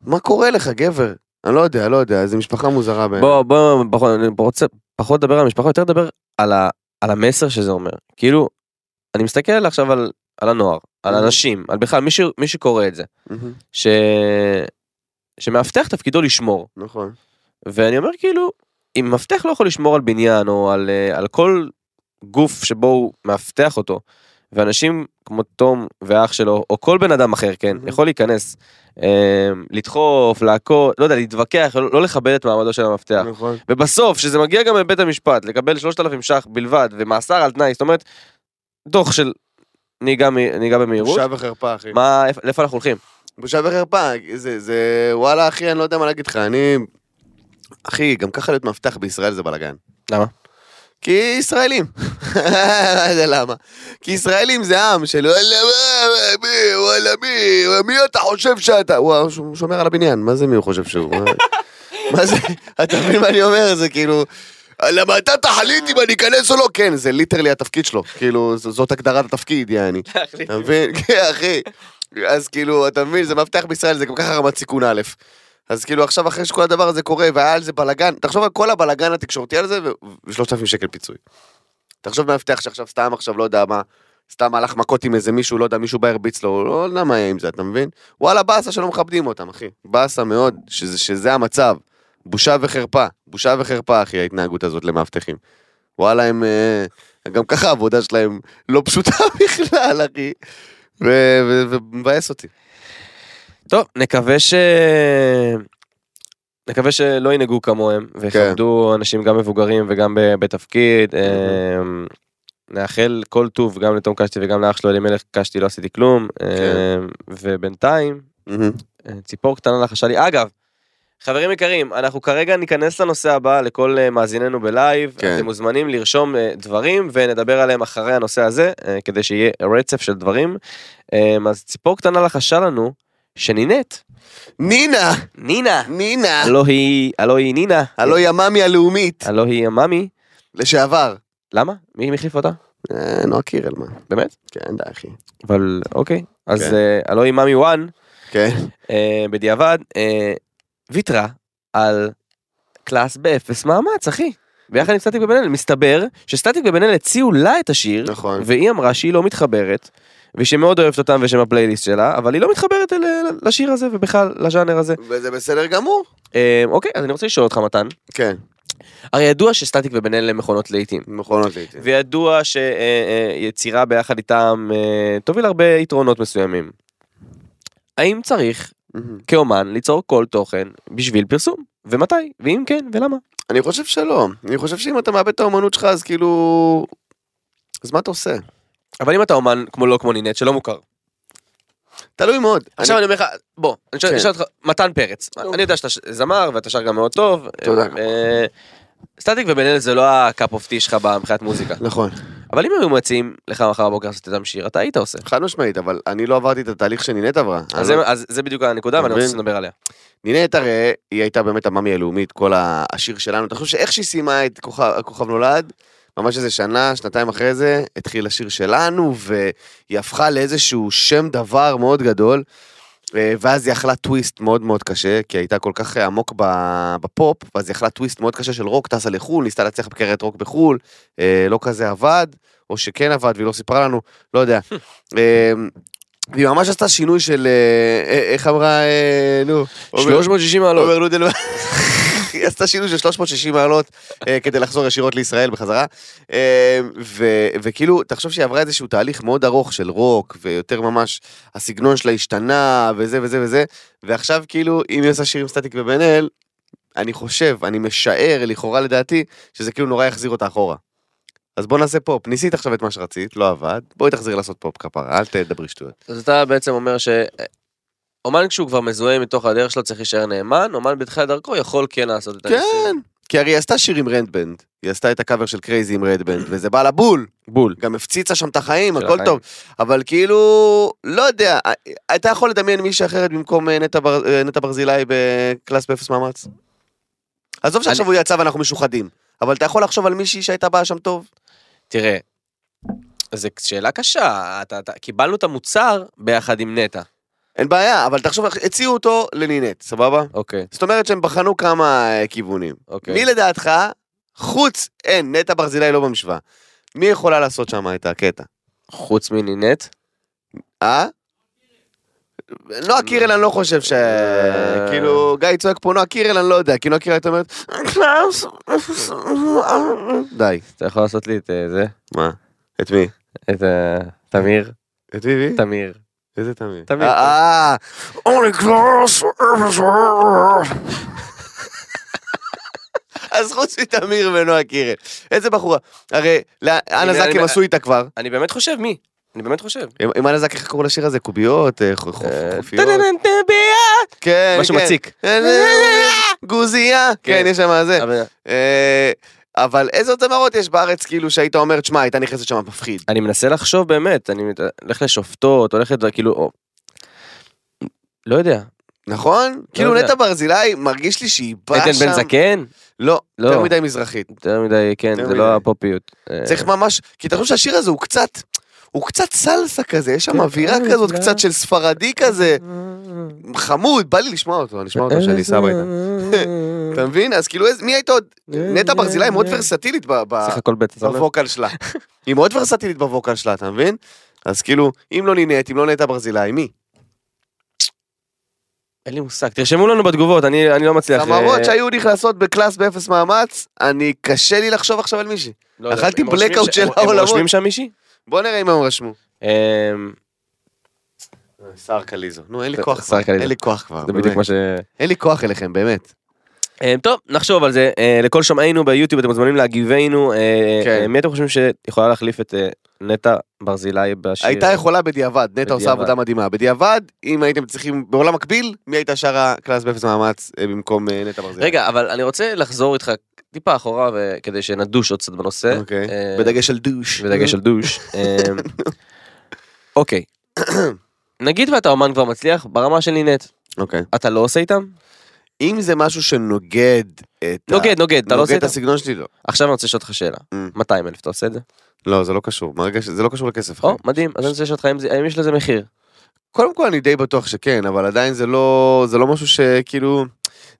Speaker 2: מה קורה לך, גבר? אני לא יודע, לא יודע, זו משפחה מוזרה בעיניי.
Speaker 3: בוא, בוא, פחות, אני רוצה פחות לדבר על המשפחה, יותר לדבר על, ה, על המסר שזה אומר. כאילו, אני מסתכל עכשיו על, על הנוער, על
Speaker 2: Mhm.
Speaker 3: אנשים, על בכלל מי, ש, מי שקורא את זה,
Speaker 2: מהמם,
Speaker 3: ש, שמאבטח תפקידו לשמור.
Speaker 2: נכון.
Speaker 3: ואני אומר כאילו, אם מאבטח לא יכול לשמור על בניין או על, אה, על כל גוף שבו הוא מאבטח אותו, ואנשים כמו תום ואח שלו, או כל בן אדם אחר, כן,
Speaker 2: מהמם.
Speaker 3: יכול להיכנס, אה, לדחוף, לעקות, לא יודע, להתווכח, לא לא לכבד את מעמדו של המאבטח.
Speaker 2: נכון.
Speaker 3: ובסוף, שזה מגיע גם לבית המשפט, לקבל 3,000 ש"ח בלבד ומאסר על תנאי, זאת אומרת, דוח של נהיגה, מ- נהיגה במהירות,
Speaker 2: בושה וחרפה, אחי.
Speaker 3: מה, איפה- לאיפה אנחנו הולכים?
Speaker 2: בושה וחרפה, זה, זה, וואלה, אחי, אני לא יודע מה להגיד לך, אני... אחי, גם ככה להיות מאבטח בישראל זה בלאגן.
Speaker 3: למה?
Speaker 2: כי ישראלים. זה למה. כי ישראלים זה עם של וואלה מה, מי, וואלה מי, מי אתה חושב שאתה? וואו, הוא שומר על הבניין, מה זה מי הוא חושב שהוא? מה- מה זה, אתה מבין מה אני אומר? זה כאילו... למה אתה תחליט אם אני אכנס או לא? כן, זה ליטרלי התפקיד שלו. כאילו, ז- זאת הגדרת התפקיד, יעני. אתה מבין? כן, אחי. אז כאילו, אתה מבין, זה מאבטח בישראל, זה גם ככה רמת סיכון א'. אז כאילו, עכשיו אחרי שכל הדבר הזה קורה, והיה על זה בלאגן, תחשוב על כל הבלאגן התקשורתי על זה, ו-3,000 שקל פיצוי. תחשוב מאבטח שעכשיו סתם עכשיו, לא יודע מה, סתם הלך מכות עם איזה מישהו, לא יודע, מישהו בא הרביץ לו, הוא לא יודע מה יהיה עם זה, אתה מבין? וואלה, באסה שלא מכבדים אותם, אחי. באסה מאוד, שזה, שזה המצב. בושה וחרפה. בושה וחרפה, אחי, ההתנהגות הזאת למאבטחים. וואלה, הם... אה, גם ככה העבודה שלהם לא פשוטה בכלל, אחי. ו- ו- ומבאס אותי.
Speaker 3: טוב, נקווה ש... נקווה שלא ינהגו כמוהם, ויכבדו אנשים גם מבוגרים וגם ב- בתפקיד. אמ, נאחל כל טוב גם לתום קשתי וגם לאח שלו אלימלך קשתי, לא עשיתי כלום. אמ, ובינתיים, אה, ציפור קטנה לחשה לי. אגב, חברים יקרים, אנחנו כרגע ניכנס לנושא הבא לכל אה, מאזיננו בלייב.
Speaker 2: כן.
Speaker 3: אתם מוזמנים לרשום אה, דברים ונדבר עליהם אחרי הנושא הזה, אה, כדי שיהיה רצף של דברים. אה, אז ציפור קטנה לחשה לנו שנינט,
Speaker 2: נינה!
Speaker 3: נינה,
Speaker 2: נינה!
Speaker 3: הלא היא, הלא היא נינה,
Speaker 2: הלא היא המאמי הלאומית,
Speaker 3: הלא היא המאמי,
Speaker 2: לשעבר.
Speaker 3: למה? מי מי החליף אותה?
Speaker 2: אה, נועה קירלמן.
Speaker 3: באמת?
Speaker 2: כן, די, אחי.
Speaker 3: אבל אוקיי, אז
Speaker 2: כן.
Speaker 3: אה, הלא היא מאמי וואן,
Speaker 2: כן.
Speaker 3: אה, בדיעבד, אה, ויתרה על קלאס באפס מאמץ, אחי. ביחד עם סטטיק ובן אל, מסתבר שסטטיק ובן אל הציעו לה את השיר,
Speaker 2: נכון.
Speaker 3: והיא אמרה שהיא לא מתחברת, ושהיא מאוד אוהבת אותם ושהם הפלייליסט שלה, אבל היא לא מתחברת אל- לשיר הזה ובכלל לז'אנר הזה.
Speaker 2: וזה בסדר גמור.
Speaker 3: אה, אוקיי, אז אני רוצה לשאול אותך מתן,
Speaker 2: כן,
Speaker 3: הרי ידוע שסטטיק ובן אל הם מכונות לעיתים.
Speaker 2: מכונות לעיתים.
Speaker 3: כן. וידוע שיצירה ביחד איתם אה, תוביל הרבה יתרונות מסוימים. האם צריך
Speaker 2: מהמם.
Speaker 3: כאומן ליצור כל תוכן בשביל פרסום? ומתי? ואם כן, ולמה?
Speaker 2: אני חושב שלא. אני חושב שאם אתה מאבד את האומנות שלך, אז כאילו... אז מה אתה עושה?
Speaker 3: אבל אם אתה אומן כמו לא כמו נינט שלא מוכר.
Speaker 2: תלוי מאוד.
Speaker 3: עכשיו אני אומר לך, בוא, אני שואל
Speaker 2: כן.
Speaker 3: אני שואל אותך, מתן פרץ,
Speaker 2: נו.
Speaker 3: אני יודע שאתה ש- זמר ואתה שר גם מאוד טוב.
Speaker 2: תודה.
Speaker 3: אה, סטטיק ובן אל זה לא הקאפ אוף טי שלך מבחינת מוזיקה.
Speaker 2: אני... נכון.
Speaker 3: אבל אם היו מציעים לך מחר בבוקר לעשות איתם שיר, אתה היית עושה.
Speaker 2: חד משמעית, אבל אני לא עברתי את התהליך שנינט עברה.
Speaker 3: אז
Speaker 2: אני
Speaker 3: זה-
Speaker 2: לא-
Speaker 3: אז זה בדיוק הנקודה
Speaker 2: אתה
Speaker 3: ואני רוצה
Speaker 2: מבין?
Speaker 3: שנדבר עליה.
Speaker 2: נינט הרי, היא הייתה באמת המאמי הלאומית, כל ה- השיר שלנו. אתה חושב שאיך שהיא סיימה את כוכב, הכוכב נולד, ממש איזה שנה, שנתיים אחרי זה, התחיל השיר שלנו, והיא הפכה לאיזשהו שם דבר מאוד גדול. אה, ואז היא אכלה טוויסט מאוד מאוד קשה, כי היא הייתה כל כך אה, עמוק ב- בפופ, ואז היא אכלה טוויסט מאוד קשה של רוק, טסה לחו"ל, ניסתה להצליח בקריירת רוק בחו"ל, אה, לא כזה עבד, או שכן עבד והיא לא סיפרה לנו, לא יודע. אה, והיא ממש עשתה שינוי של, אה, אה, איך אמרה, אה, נו, עומר-
Speaker 3: 360 מעלות.
Speaker 2: עומר לודלמן. היא עשתה שינוי של 360 מעלות אה, כדי לחזור ישירות לישראל בחזרה. אה, ו- וכאילו, תחשוב שהיא עברה איזשהו תהליך מאוד ארוך של רוק, ויותר ממש, הסגנון שלה השתנה, וזה וזה וזה, ועכשיו כאילו, אם היא עושה שיר עם סטטיק ובן אל, אני חושב, אני משער, לכאורה לדעתי, שזה כאילו נורא יחזיר אותה אחורה. אז בוא נעשה פופ, ניסית עכשיו את מה שרצית, לא עבד, בואי תחזרי לעשות פופ כפרה, אל תדברי שטויות.
Speaker 3: אז אתה בעצם אומר ש... אומן כשהוא כבר מזוהה מתוך הדרך שלו צריך להישאר נאמן, אומן בתחילת דרכו יכול כן לעשות את הניסים.
Speaker 2: כן, כי הרי היא עשתה שיר עם רנדבנד, היא עשתה את הקאבר של קרייזי עם רנדבנד, וזה בא לבול.
Speaker 3: בול.
Speaker 2: גם הפציצה שם את החיים,
Speaker 3: של
Speaker 2: הכל
Speaker 3: החיים.
Speaker 2: טוב. אבל כאילו, לא יודע, אתה יכול לדמיין מישהי אחרת במקום אה, נטע בר- אה, נטע ברזילי בקלאס באפס מאמץ? עזוב שעכשיו הוא יצא ואנחנו משוחדים, אבל אתה יכול לחשוב על מישהי שהייתה באה שם טוב?
Speaker 3: תראה, זו שאלה קשה, אתה, אתה, קיבלנו את המוצר ביחד עם נטע.
Speaker 2: אין בעיה, אבל תחשוב, הציעו אותו לנינט, סבבה?
Speaker 3: אוקיי,
Speaker 2: זאת אומרת שהם בחנו כמה אה, כיוונים.
Speaker 3: אוקיי.
Speaker 2: מי לדעתך, חוץ, אין, נטע ברזילי לא במשוואה. מי יכולה לעשות שם את הקטע?
Speaker 3: חוץ מנינט?
Speaker 2: אה? נועה קירל אני לא חושב ש...
Speaker 3: אה.
Speaker 2: כאילו, גיא צועק פה נועה קירל אני לא יודע, כי נועה קירל הייתה אומרת... "קלאוס". די.
Speaker 3: אתה יכול לעשות לי את אה, זה?
Speaker 2: מה? את מי?
Speaker 3: את אה, תמיר?
Speaker 2: את מי?
Speaker 3: תמיר.
Speaker 2: איזה תמיר?
Speaker 3: תמיר.
Speaker 2: אה, אולי קלאוס. אז חוץ מתמיר ונועה קירל. איזה בחורה. הרי, לאנה
Speaker 3: אני-
Speaker 2: זק
Speaker 3: אני-
Speaker 2: הם עשו איתה כבר.
Speaker 3: אני באמת חושב מי? אני באמת חושב.
Speaker 2: עם- עם אנה זק איך קראו לשיר הזה? קוביות? אה, חופ- חופיות?
Speaker 3: טננן, טביה!
Speaker 2: כן,
Speaker 3: משהו
Speaker 2: כן.
Speaker 3: מציק.
Speaker 2: גוזייה, כן,
Speaker 3: כן.
Speaker 2: יש שם זה.
Speaker 3: אבל
Speaker 2: אה, אבל איזה עוד זמרות יש בארץ, כאילו, שהיית אומר, תשמע, הייתה נכנסת שם מפחיד.
Speaker 3: אני מנסה לחשוב באמת, אני מת- הולך לשופטות, הולך לדבר, כאילו, או- לא יודע,
Speaker 2: נכון? כאילו,
Speaker 3: לא יודע.
Speaker 2: נטע ברזילי, מרגיש לי שהיא באה שם...
Speaker 3: עדן בן זקן?
Speaker 2: לא,
Speaker 3: לא.
Speaker 2: יותר מדי מזרחית.
Speaker 3: יותר מדי, כן,
Speaker 2: יותר
Speaker 3: זה
Speaker 2: מדי.
Speaker 3: לא הפופיות. אה,
Speaker 2: צריך ממש... כי תחשוב שהשיר הזה הוא קצת... הוא קצת סלסה כזה, יש
Speaker 3: כן,
Speaker 2: שם אווירה
Speaker 3: אה,
Speaker 2: כזאת,
Speaker 3: לא.
Speaker 2: קצת של ספרדי כזה. חמוד, בא לי לשמוע אותו, אני אשמע אותו
Speaker 3: אה.
Speaker 2: כשאני אסע הביתה. אתה מבין? אז כאילו, איזה- מי הייתה עוד? נטע ברזילי היא מאוד ורסטילית ב- ב-
Speaker 3: אה, צריך הכל בטח.
Speaker 2: בווקל שלה. היא מאוד ורסטילית בווקל שלה, אתה מבין? אז כאילו, אם לא נינט, אם לא נטע ברזילי, מי?
Speaker 3: אין לי מושג, תרשמו לנו בתגובות, אני אני לא מצליח. אה,
Speaker 2: המראות שהיו נכנסות בקלאס באפס מאמץ, אני קשה לי לחשוב עכשיו על מישהי.
Speaker 3: לא יודע,
Speaker 2: אכלתי
Speaker 3: הם רושמים
Speaker 2: blackout
Speaker 3: ש-
Speaker 2: של
Speaker 3: הם-
Speaker 2: העולמות.
Speaker 3: הם רושמים שם מישהי?
Speaker 2: בוא נראה אם הם רשמו.
Speaker 3: אה,
Speaker 2: שר קליזו. נו, אין לי
Speaker 3: שר
Speaker 2: כוח כבר.
Speaker 3: קליזו.
Speaker 2: אין לי כוח כבר.
Speaker 3: זה
Speaker 2: באמת.
Speaker 3: בדיוק מה ש...
Speaker 2: אין לי כוח אליכם, באמת.
Speaker 3: אה, טוב, נחשוב על זה. אה, לכל שומעינו ביוטיוב אתם מוזמנים להגיבנו. אה,
Speaker 2: כן.
Speaker 3: אה, מי אתם חושבים שיכולה להחליף את אה, נטע ברזילי בשיר?
Speaker 2: הייתה יכולה בדיעבד, נטע עושה
Speaker 3: בדיעבד.
Speaker 2: עבודה מדהימה. בדיעבד, אם הייתם צריכים, בעולם מקביל, מי הייתה שרה קלאס באפס מאמץ אה, במקום אה, נטע ברזילי?
Speaker 3: רגע, אבל אני רוצה לחזור איתך טיפה אחורה ו- כדי שנדוש עוד קצת בנושא.
Speaker 2: אוקיי.
Speaker 3: אה,
Speaker 2: בדגש על דוש.
Speaker 3: בדגש על דוש. אה, אוקיי. נגיד ואתה אומן כבר מצליח ברמה של נינט,
Speaker 2: אוקיי.
Speaker 3: אתה לא עושה איתם?
Speaker 2: אה, אם זה משהו שנוגד את ה-
Speaker 3: נוגד, נוגד, אתה לא עושה
Speaker 2: נוגד את
Speaker 3: איתם?
Speaker 2: הסגנון שלי, לא.
Speaker 3: עכשיו אני רוצה לשאול אותך שאלה.
Speaker 2: Mm.
Speaker 3: 200 אלף אתה עושה את זה?
Speaker 2: לא, זה לא קשור. מהרגע ש- זה לא קשור לכסף. אחי.
Speaker 3: או, מדהים. אז אני רוצה לשאול אותך אם זה- האם יש לזה מחיר.
Speaker 2: קודם כל אני די בטוח שכן, אבל עדיין זה לא, זה לא משהו שכאילו,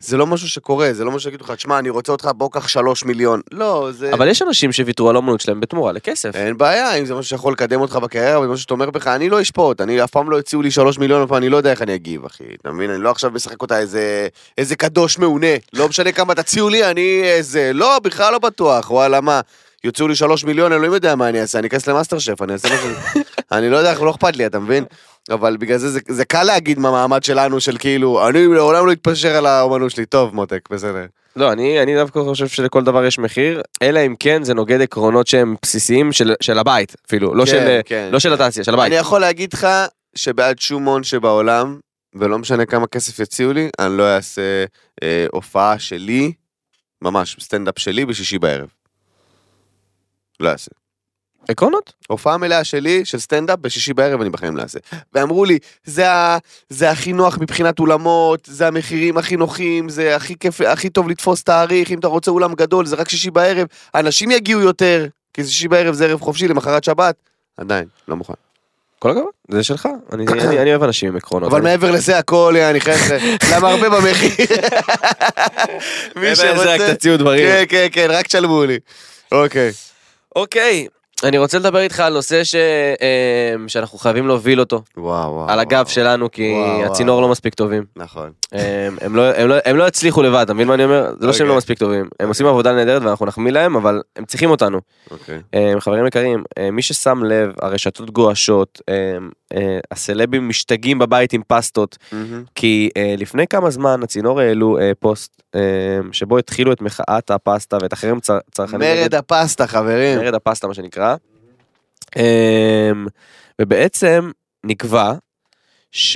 Speaker 2: זה לא משהו שקורה, זה לא משהו שיגידו לך, תשמע, אני רוצה אותך, בוא קח שלוש מיליון. לא, זה...
Speaker 3: אבל יש אנשים שוויתרו על האומנות שלהם בתמורה לכסף.
Speaker 2: אין בעיה, אם זה משהו שיכול לקדם אותך בקריירה, וזה משהו שתומך בך, אני לא אשפוט, אני אף פעם לא הציעו לי שלוש מיליון, אף פעם אני לא יודע איך אני אגיב, אחי, אתה מבין? אני לא עכשיו משחק אותה איזה, איזה קדוש מעונה, לא משנה כמה תציעו לי, אני איזה, לא, בכלל לא בטוח, וואלה, מה, יוציאו לי שלוש מיליון, אלוהים יודע מה אני אעשה, אני אכנס למאסטר שף, אני אעשה משהו, אני לא יודע, לא אכפת לי, אתה מבין? אבל בגלל זה, זה, זה קל להגיד מהמעמד שלנו, של כאילו, אני לעולם לא אתפשר על האומנות שלי, טוב, מותק, בסדר.
Speaker 3: לא, אני, אני דווקא חושב שלכל דבר יש מחיר, אלא אם כן זה נוגד עקרונות שהם בסיסיים של, של הבית אפילו, לא,
Speaker 2: כן,
Speaker 3: של,
Speaker 2: כן.
Speaker 3: לא של התעשייה, של הבית.
Speaker 2: אני יכול להגיד לך שבעד שום הון שבעולם, ולא משנה כמה כסף יציעו לי, אני לא אעשה אה, הופעה שלי, ממש, סטנדאפ שלי בשישי בערב. לא אעשה.
Speaker 3: עקרונות?
Speaker 2: הופעה מלאה שלי של סטנדאפ בשישי בערב אני בחיים לא אעשה. ואמרו לי, זה, ה, זה הכי נוח מבחינת אולמות, זה המחירים הכי נוחים, זה הכי כיף, הכי טוב לתפוס תאריך, אם אתה רוצה אולם גדול, זה רק שישי בערב, אנשים יגיעו יותר, כי שישי בערב זה ערב חופשי, למחרת שבת. עדיין, לא מוכן.
Speaker 3: כל הכבוד, זה שלך. אני, אני, אני אוהב אנשים עם עקרונות.
Speaker 2: אבל
Speaker 3: אני-
Speaker 2: מעבר לזה הכל, אני חייב, למה הרבה במחיר? מי
Speaker 3: מעבר לזה, אה, רק
Speaker 2: שרוצה,
Speaker 3: תציעו דברים.
Speaker 2: כן, כן, כן, רק תשלמו לי. אוקיי.
Speaker 3: אוקיי, אני רוצה לדבר איתך על נושא ש, אה, שאנחנו חייבים להוביל אותו,
Speaker 2: וואו, אה, וואו.
Speaker 3: על הגב שלנו, כי
Speaker 2: וואו, וואו.
Speaker 3: הצינור לא מספיק טובים.
Speaker 2: נכון.
Speaker 3: אה, הם, לא, הם, לא, הם לא יצליחו לבד, אתה מבין מה אני אומר? זה לא שהם
Speaker 2: אוקיי.
Speaker 3: לא מספיק טובים. הם עושים עבודה נהדרת ואנחנו נחמיא להם, אבל הם צריכים אותנו.
Speaker 2: אוקיי.
Speaker 3: אמ, חברים יקרים, אמ, מי ששם לב, הרשתות גועשות, אמ, אה, הסלבים משתגעים בבית עם פסטות, כי אה, לפני כמה זמן הצינור העלו אה, פוסט אמ, שבו התחילו את מחאת הפסטה ואת החרם צר- צרכנים.
Speaker 2: מרד
Speaker 3: נגד-
Speaker 2: הפסטה, חברים.
Speaker 3: מרד הפסטה, מה שנקרא. אמ, ובעצם נקבע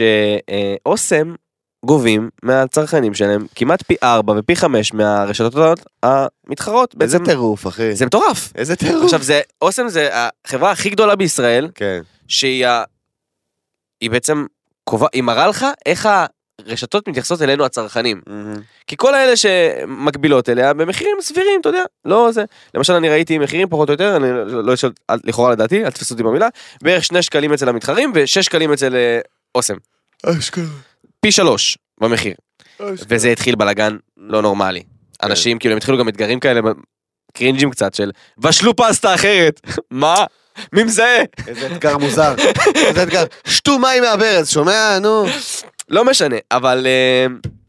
Speaker 3: שאוסם גובים מהצרכנים שלהם כמעט פי 4 ופי 5 מהרשתות המתחרות.
Speaker 2: איזה
Speaker 3: בעצם
Speaker 2: טירוף, אחי.
Speaker 3: זה מטורף.
Speaker 2: איזה טירוף.
Speaker 3: עכשיו זה אוסם זה החברה הכי גדולה בישראל
Speaker 2: כן.
Speaker 3: שהיא ה- היא בעצם קובע היא מראה לך איך הרשתות מתייחסות אלינו הצרכנים כי כל האלה שמקבילות אליה במחירים סבירים אתה יודע לא זה למשל אני ראיתי מחירים פחות או יותר אני לא- לא אשאל אל- לכאורה לדעתי אל תתפסו אותי במילה בערך שני שקלים אצל המתחרים ושש שקלים אצל אה, אוסם
Speaker 2: אשכרה.
Speaker 3: פי שלוש במחיר וזה התחיל בלאגן לא נורמלי אנשים כאילו הם התחילו גם אתגרים כאלה קרינג'ים קצת של בשלו פסטה אחרת מה מי מזהה
Speaker 2: איזה אתגר מוזר. איזה אתגר. שתו מים מהברז, שומע? נו.
Speaker 3: לא משנה, אבל אה,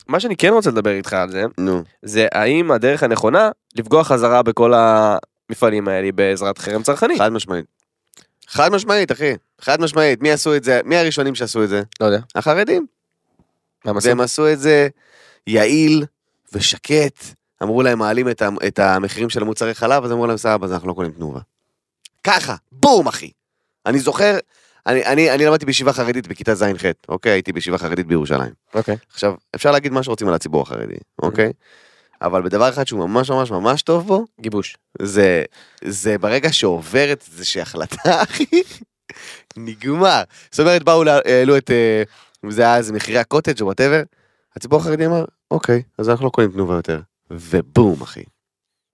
Speaker 3: מה שאני כן רוצה לדבר איתך על זה,
Speaker 2: נו.
Speaker 3: זה האם הדרך הנכונה לפגוע חזרה בכל המפעלים האלה היא בעזרת חרם צרכני.
Speaker 2: חד משמעית. חד משמעית, אחי. חד משמעית. מי עשו את זה? מי הראשונים שעשו את זה?
Speaker 3: לא יודע.
Speaker 2: החרדים.
Speaker 3: מה
Speaker 2: אז הם עשו את זה יעיל ושקט. אמרו להם, מעלים את, ה- את המחירים של המוצרי חלב, אז אמרו להם, סבבה, אז אנחנו לא קונים תנובה. ככה, בום, אחי. אני זוכר, אני, אני, אני למדתי בישיבה חרדית בכיתה ז'-ח', אוקיי? הייתי בישיבה חרדית בירושלים.
Speaker 3: אוקיי.
Speaker 2: עכשיו, אפשר להגיד מה שרוצים על הציבור החרדי, אוקיי? אבל בדבר אחד שהוא ממש ממש ממש טוב בו,
Speaker 3: גיבוש.
Speaker 2: זה, זה ברגע שעוברת איזושהי החלטה, אחי, נגמר. זאת אומרת, באו, לה- העלו את, אה, אם זה היה אז מחירי הקוטג' או וואטאבר, הציבור החרדי אמר, אוקיי, אז אנחנו לא קונים תנובה יותר. ובום, אחי.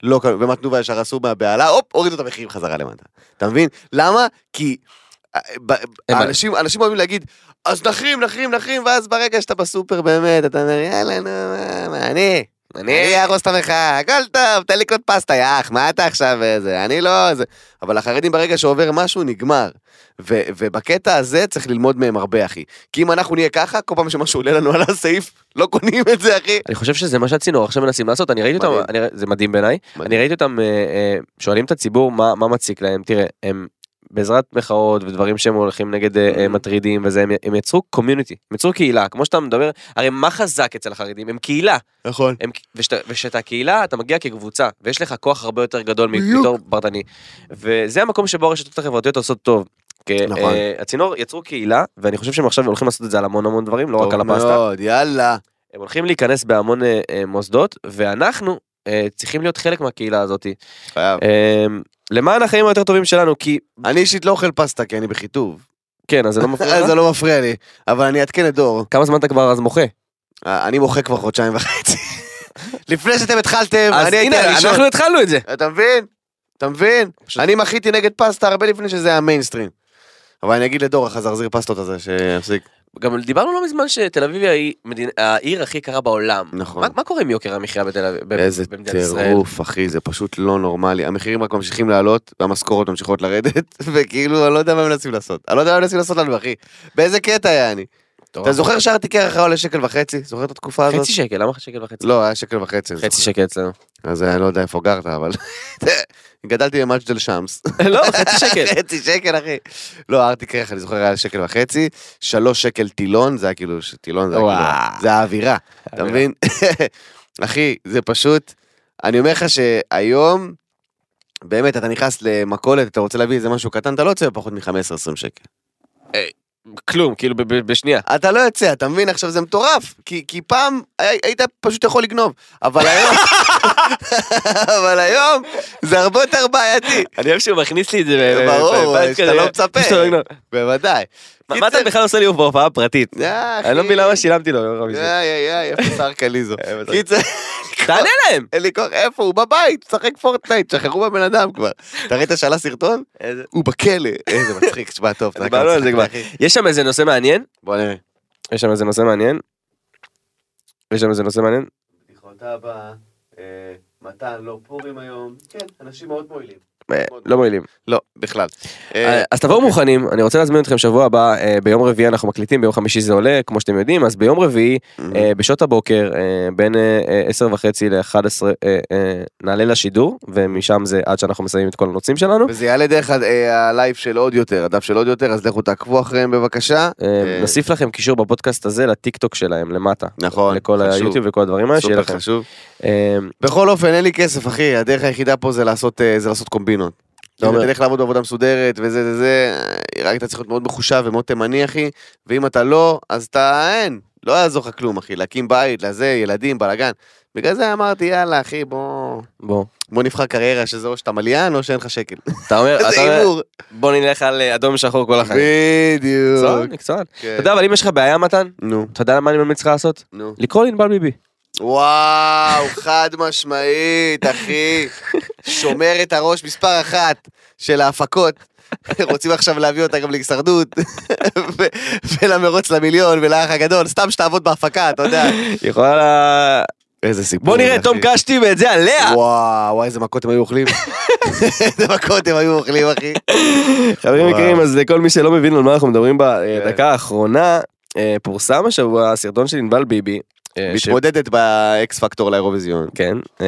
Speaker 2: לא קנו, ומה תנובה ישר עשו מהבהלה, הופ, הורידו את המחירים חזרה למטה. אתה מבין? למה? כי... אה, ב- האנשים אנשים אוהבים להגיד, אז נחרים, נחרים, נחרים, ואז ברגע שאתה בסופר באמת, אתה אומר, יאללה, נו, מה, מה, אני, אני ארוס את המחאה, הכל טוב, תן לי קוד פסטה, יאח, מה אתה עכשיו איזה, אני לא איזה. אבל החרדים ברגע שעובר משהו, נגמר. ו- ובקטע הזה צריך ללמוד מהם הרבה, אחי. כי אם אנחנו נהיה ככה, כל פעם שמשהו עולה לנו על הסעיף, לא קונים את זה, אחי.
Speaker 3: אני חושב שזה מה שהצינור עכשיו מנסים לעשות, אני ראיתי אותם,
Speaker 2: מדהים.
Speaker 3: אני, רא- זה מדהים בעיניי,
Speaker 2: מדהים.
Speaker 3: אני ראיתי אותם אה, אה, שואלים את הציבור מה, מה מציק להם, תראה, הם בעזרת מחאות ודברים שהם הולכים נגד אה, אה, מטרידים וזה, הם, הם יצרו קומיוניטי, הם יצרו קהילה, כמו שאתה מדבר, הרי מה חזק אצל החרדים? הם קהילה.
Speaker 2: נכון.
Speaker 3: הם, ושאתה, ושאתה קהילה, אתה מגיע כקבוצה, ויש לך כוח הרבה יותר גדול
Speaker 2: בדיוק.
Speaker 3: מתור פרטני. וזה המקום שבו הרשתות החברתיות עושות טוב. כי,
Speaker 2: נכון.
Speaker 3: אה, הצינור יצרו קהילה, ואני חושב שהם עכשיו הולכים לעשות את זה על המון המון דברים, לא רק על הפסטה.
Speaker 2: מאוד, יאללה.
Speaker 3: הם הולכים להיכנס בהמון אה, אה, מוסדות, ואנחנו אה, צריכים להיות חלק מהקהילה הזאת.
Speaker 2: חייב.
Speaker 3: אה, למען החיים היותר טובים שלנו, כי...
Speaker 2: אני אישית לא אוכל פסטה כי אני בחיטוב.
Speaker 3: כן, אז זה לא מפריע
Speaker 2: אז
Speaker 3: לך?
Speaker 2: זה לא מפריע לי, אבל אני אעדכן את דור.
Speaker 3: כמה זמן אתה כבר אז מוחה?
Speaker 2: אה, אני מוחה כבר חודשיים וחצי. לפני שאתם התחלתם,
Speaker 3: אז
Speaker 2: אני הייתי
Speaker 3: הנה,
Speaker 2: הראשון.
Speaker 3: אנחנו התחלנו את זה.
Speaker 2: אתה מבין? אתה מבין?
Speaker 3: פשוט-
Speaker 2: אני מחיתי נגד פסטה הרבה לפני שזה היה מיינסטרים. אבל אני אגיד לדור החזרזיר פסטות הזה שיפסיק.
Speaker 3: גם דיברנו לא מזמן שתל אביב היא העיר- מדינה- העיר הכי יקרה בעולם.
Speaker 2: נכון.
Speaker 3: מה- מה קורה עם יוקר המחיה בתל אביב? ב-
Speaker 2: איזה
Speaker 3: במדינת ישראל?
Speaker 2: טירוף, אחי, זה פשוט לא נורמלי. המחירים רק ממשיכים לעלות, והמשכורות ממשיכות לרדת, וכאילו, אני לא יודע מה הם מנסים לעשות. אני לא יודע מה הם מנסים לעשות לנו, אחי. באיזה קטע היה אני? אתה זוכר שארתי קרח היה עולה שקל וחצי? זוכר את התקופה הזאת?
Speaker 3: לא. חצי שקל, למה שקל וחצי?
Speaker 2: לא, היה שקל וחצי. אני
Speaker 3: חצי
Speaker 2: זוכר.
Speaker 3: שקל אצלנו.
Speaker 2: אז אני לא יודע איפה גרת, אבל... גדלתי במג'דל שמס.
Speaker 3: לא, חצי שקל.
Speaker 2: חצי שקל, אחי. לא, ארטיק קרח, אני זוכר, היה שקל וחצי, שלוש שקל טילון, זה היה כאילו, ש- טילון זה היה
Speaker 3: וואו.
Speaker 2: כאילו, זה האווירה, אתה
Speaker 3: האווירה.
Speaker 2: מבין? אחי, זה פשוט, אני אומר לך שהיום, באמת, אתה נכנס למכולת, אתה רוצה להביא איזה משהו קטן, אתה לא יוצא בפחות מ-15-20 שקל.
Speaker 3: כלום, כאילו ב- ב- בשנייה.
Speaker 2: אתה לא יוצא, אתה מבין? עכשיו זה מטורף, כי, כי פעם הי- היית פשוט יכול לגנוב, אבל היום, אבל היום, זה הרבה יותר בעייתי,
Speaker 3: אני אוהב שהוא מכניס לי את זה.
Speaker 2: ב- ברור, ב- שאתה כזה. לא מצפה. שאתה לא מגנוב. בוודאי.
Speaker 3: מה אתה בכלל עושה לי בהופעה פרטית?
Speaker 2: אה,
Speaker 3: אני לא
Speaker 2: אחי.
Speaker 3: מבין למה שילמתי לו. יום חמישי.
Speaker 2: איי איי איי, איפה שר אה, קליזו?
Speaker 3: בטח.
Speaker 2: קיצר,
Speaker 3: תענה להם!
Speaker 2: אין לי כוח, איפה הוא? בבית, משחק פורטנייט, שחררו בבן אדם כבר. אתה ראית שעלה סרטון? הוא בכלא. איזה מצחיק, תשמע טוב. אתה יודע
Speaker 3: דיברנו
Speaker 2: כמה
Speaker 3: על זה כבר.
Speaker 2: צחקתי, אחי.
Speaker 3: יש שם איזה נושא מעניין?
Speaker 2: בוא נראה.
Speaker 3: יש שם איזה נושא מעניין? יש שם איזה נושא מעניין?
Speaker 2: בדיחות הבאה, מתן לא פורים היום. כן, אנשים מאוד מועילים.
Speaker 3: אה, לא מועילים.
Speaker 2: לא, בכלל.
Speaker 3: אה, אז תבואו
Speaker 2: אוקיי.
Speaker 3: מוכנים, אני רוצה להזמין אתכם שבוע הבא, אה, ביום רביעי אנחנו מקליטים, ביום חמישי זה עולה, כמו שאתם יודעים, אז ביום רביעי, אה,
Speaker 2: אוקיי.
Speaker 3: בשעות הבוקר, אה, בין אה, אה, עשר וחצי לאחד עשרה, אה, אה, נעלה לשידור, ומשם זה עד שאנחנו מסיימים את כל הנושאים שלנו.
Speaker 2: וזה יעלה דרך ה- אה, הלייב של עוד יותר, הדף של עוד יותר, אז לכו תעקבו אחריהם בבקשה.
Speaker 3: אה, נוסיף לכם קישור בפודקאסט הזה לטיק טוק שלהם, למטה.
Speaker 2: נכון,
Speaker 3: לכל
Speaker 2: חשוב.
Speaker 3: היוטיוב וכל הדברים האלה, שיהיה
Speaker 2: סופר
Speaker 3: לכם.
Speaker 2: חשוב.
Speaker 3: אה,
Speaker 2: בכל אופן, אין לי כסף, אחי, הדרך היחידה פה זה לעשות, אה, זה לעשות קומבינות. אתה
Speaker 3: אומר-
Speaker 2: תלך לעבוד בעבודה מסודרת וזה זה זה, אה, רק אתה צריך להיות מאוד מחושב ומאוד תימני, אחי, ואם אתה לא, אז אתה אין, לא יעזור לך כלום, אחי, להקים בית, לזה, ילדים, בלאגן. בגלל זה אמרתי, יאללה, אחי, בוא...
Speaker 3: בוא.
Speaker 2: בוא נבחר קריירה שזה או שאתה מליין או שאין לך שקל.
Speaker 3: אתה אומר,
Speaker 2: איזה
Speaker 3: אתה אומר,
Speaker 2: הימור.
Speaker 3: בוא נלך על אה, אדום שחור כל החיים. מקצוען,
Speaker 2: בדיוק.
Speaker 3: מקצוען.
Speaker 2: כן.
Speaker 3: אתה יודע, אבל אם יש לך בעיה, מתן,
Speaker 2: נו,
Speaker 3: אתה יודע מה אני ממליץ לך לעשות?
Speaker 2: נו.
Speaker 3: לקרוא לענבל ביבי.
Speaker 2: וואו, חד משמעית, אחי. שומר את הראש מספר אחת של ההפקות. רוצים עכשיו להביא אותה גם להישרדות, ו- ולמרוץ למיליון ולאח הגדול, סתם שתעבוד בהפקה, אתה יודע.
Speaker 3: יכולה... לה-
Speaker 2: איזה סיפור.
Speaker 3: בוא נראה, תום קשתי ואת זה עליה!
Speaker 2: וואו, וואי, איזה מכות הם היו אוכלים. איזה מכות הם היו אוכלים, אחי.
Speaker 3: כן, חברים
Speaker 2: וואו.
Speaker 3: יקרים, אז לכל מי שלא מבין על מה אנחנו מדברים בדקה
Speaker 2: כן.
Speaker 3: האחרונה, אה, פורסם השבוע הסרטון של ענבל ביבי. אה, ש-
Speaker 2: מתמודדת באקס פקטור לאירוויזיון.
Speaker 3: כן. אה,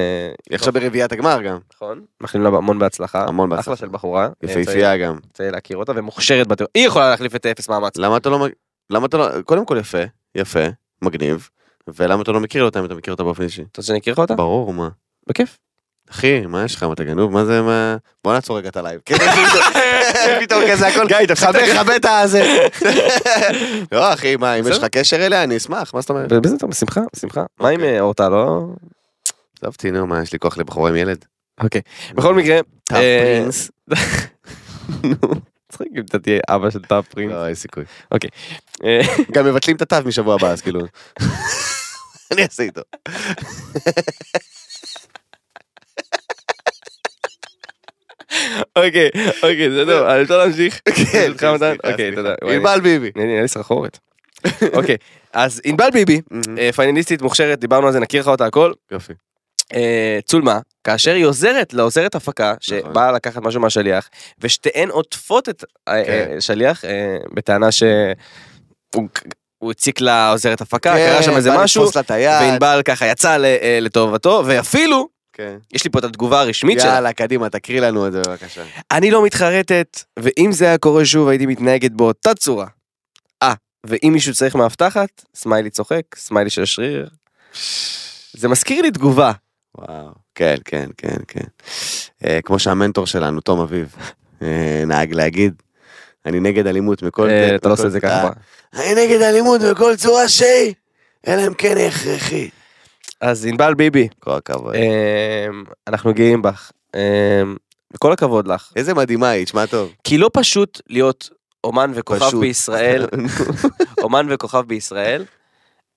Speaker 2: היא עכשיו ברביעיית הגמר גם.
Speaker 3: נכון. מאחלים לה המון בהצלחה.
Speaker 2: המון
Speaker 3: אחלה
Speaker 2: בהצלחה.
Speaker 3: של בחורה. אה,
Speaker 2: יפהפייה גם.
Speaker 3: צריך- צריך להכיר אותה ומוכשרת בתיאור. היא יכולה להחליף את אפס מאמץ.
Speaker 2: למה אתה לא... מג- למה אתה לא... קודם כל יפה, יפה, מגניב. ולמה אתה לא מכיר אותה אם אתה מכיר אותה באופן אישי?
Speaker 3: אתה רוצה שאני אכיר לך אותה?
Speaker 2: ברור, מה.
Speaker 3: בכיף.
Speaker 2: אחי, מה יש לך? מה אתה גנוב? מה זה, מה... בוא נעצור רגע את הלייב. כן, פתאום- כן, פתאום כזה הכל... גיא, תפסיק. חבא את הזה. לא, אחי, מה, אם יש לך קשר אליה, אני אשמח, מה זאת אומרת?
Speaker 3: בסדר, בשמחה, בשמחה. מה עם
Speaker 2: אוקיי.
Speaker 3: אה, אורטל, לא?
Speaker 2: עזבתי, נו, מה, יש לי כוח לבחורה עם ילד.
Speaker 3: אוקיי. בכל מקרה,
Speaker 2: טאפ
Speaker 3: אה,
Speaker 2: פרינס.
Speaker 3: צחיק אם אתה תהיה אבא של טאפ פרינס.
Speaker 2: לא, אין סיכוי.
Speaker 3: אה,
Speaker 2: גם מבטלים את התו משבוע הבא, אז כאילו... אני אעשה איתו.
Speaker 3: אוקיי, אוקיי, זה טוב, אני רוצה להמשיך. ברשותך,
Speaker 2: סליחה,
Speaker 3: מתן?
Speaker 2: סליחה,
Speaker 3: אוקיי,
Speaker 2: סליחה.
Speaker 3: תודה. וואי,
Speaker 2: ענבל ביבי.
Speaker 3: אני- נהיה לי סחרחורת. אוקיי, אז ענבל ביבי, אה, פיינליסטית מוכשרת, דיברנו על זה, נכיר לך אותה הכל.
Speaker 2: יופי.
Speaker 3: אה, צולמה, כאשר היא עוזרת לעוזרת הפקה, שבאה לקחת משהו מהשליח, ושתיהן עוטפות את אה,
Speaker 2: כן.
Speaker 3: השליח אה, בטענה שהוא הוא הציק לעוזרת הפקה,
Speaker 2: כן,
Speaker 3: קרה שם איזה
Speaker 2: בא
Speaker 3: משהו,
Speaker 2: לתפוס לה את היד.
Speaker 3: וענבל ככה יצא ל- אה, לטובתו, ואפילו
Speaker 2: כן.
Speaker 3: יש לי פה את התגובה הרשמית שלה.
Speaker 2: יאללה, קדימה, תקריא לנו את זה בבקשה.
Speaker 3: אני לא מתחרטת, ואם זה היה קורה שוב הייתי מתנהגת באותה צורה. אה, ואם מישהו צריך מאבטחת, סמיילי צוחק, סמיילי של השריר. זה מזכיר לי תגובה.
Speaker 2: וואו. כן, כן, כן, כן. אה, כמו שהמנטור שלנו, תום אביב, אה, נהג להגיד, אני נגד אלימות מכל...
Speaker 3: אה,
Speaker 2: מכל-
Speaker 3: אתה לא עושה את זה ככה.
Speaker 2: אה, אני נגד אלימות בכל צורה שהיא, אלא אם כן היא הכרחית.
Speaker 3: אז ענבל ביבי,
Speaker 2: כל הכבוד.
Speaker 3: אמ, אנחנו גאים בך. אמ, וכל הכבוד לך.
Speaker 2: איזה מדהימה היא, תשמע טוב.
Speaker 3: כי לא פשוט להיות אומן וכוכב
Speaker 2: פשוט. נכון.
Speaker 3: בישראל, אומן וכוכב בישראל,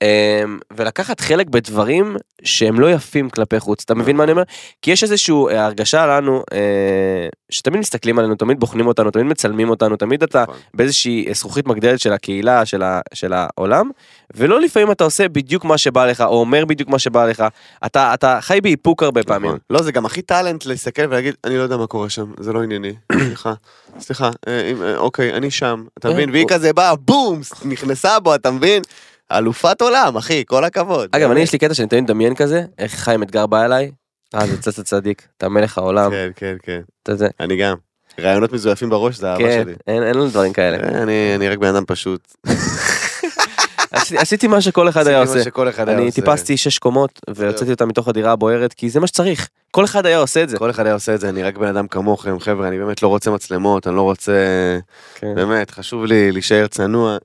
Speaker 3: אמ, ולקחת חלק בדברים שהם לא יפים כלפי חוץ. אתה מבין מה אני אומר? כי יש איזושהי הרגשה לנו, אה, שתמיד מסתכלים עלינו, תמיד בוחנים אותנו, תמיד מצלמים אותנו, תמיד אתה
Speaker 2: נכון.
Speaker 3: באיזושהי זכוכית מגדלת של הקהילה, של, ה, של העולם, ולא לפעמים אתה עושה בדיוק מה שבא לך, או אומר בדיוק מה שבא לך. אתה, אתה חי באיפוק הרבה פעמים.
Speaker 2: נכון. לא, זה גם הכי טאלנט להסתכל ולהגיד, אני לא יודע מה קורה שם, זה לא ענייני. סליחה, סליחה, אה, אם- אה, אוקיי, אני שם, אתה
Speaker 3: אה,
Speaker 2: מבין? והיא
Speaker 3: הוא-
Speaker 2: כזה באה, בום, נכנסה בו, אתה מבין? אלופת עולם, אחי, כל הכבוד.
Speaker 3: אגב, אני יש לי קטע שאני תמיד מדמיין כזה, איך חיים אתגר בא אליי, אה, זה צץ הצדיק, אתה מלך העולם,
Speaker 2: כן, כן, כן.
Speaker 3: אתה זה,
Speaker 2: אני גם. רעיונות מזויפים בראש זה אהבה
Speaker 3: כן,
Speaker 2: שלי.
Speaker 3: אין אין לנו דברים כאלה.
Speaker 2: אה, אני- אני רק בן אדם פשוט.
Speaker 3: עשיתי- עשיתי מה שכל אחד היה
Speaker 2: עשיתי
Speaker 3: עושה.
Speaker 2: מה שכל אחד היה
Speaker 3: אני
Speaker 2: עושה.
Speaker 3: טיפסתי שש קומות והוצאתי אותה מתוך הדירה הבוערת כי זה מה שצריך כל אחד היה עושה את זה.
Speaker 2: כל אחד היה עושה את זה, אני רק בן אדם כמוכם, חבר'ה, אני באמת לא רוצה מצלמות, אני לא רוצה...
Speaker 3: כן.
Speaker 2: באמת, חשוב לי להישאר צנוע.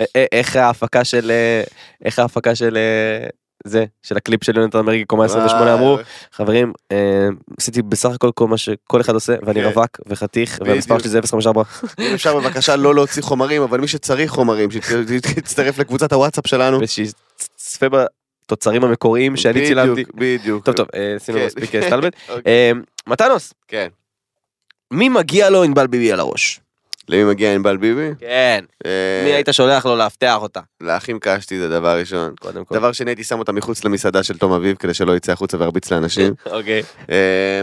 Speaker 3: א- א- איך ההפקה של אה, איך ההפקה של אה, זה של הקליפ של יונתן מרגי קומה 28 אמרו חברים אה, עשיתי בסך הכל כל מה שכל אחד עושה ואני
Speaker 2: כן.
Speaker 3: רווק וחתיך והמספר
Speaker 2: בדיוק.
Speaker 3: שלי זה 054.
Speaker 2: אם אפשר בבקשה לא להוציא חומרים, אבל מי שצריך חומרים, שיצטרף לקבוצת הוואטסאפ שלנו.
Speaker 3: ושצפה בתוצרים המקוריים שאני
Speaker 2: בדיוק,
Speaker 3: צילמתי.
Speaker 2: בדיוק.
Speaker 3: טוב אה, טוב אה, עשינו
Speaker 2: כן.
Speaker 3: מספיק אה, סטלבט.
Speaker 2: אוקיי.
Speaker 3: אה, מתנוס
Speaker 2: כן.
Speaker 3: מי מגיע לו ענבל ביבי על הראש?
Speaker 2: למי מגיע ענבל ביבי?
Speaker 3: כן.
Speaker 2: אה,
Speaker 3: מי היית שולח לו לאבטח אותה?
Speaker 2: לאחים קשתי זה דבר ראשון.
Speaker 3: קודם כל.
Speaker 2: דבר שני, הייתי שם אותה מחוץ למסעדה של תום אביב, כדי שלא יצא החוצה וירביץ לאנשים.
Speaker 3: אוקיי.
Speaker 2: אה,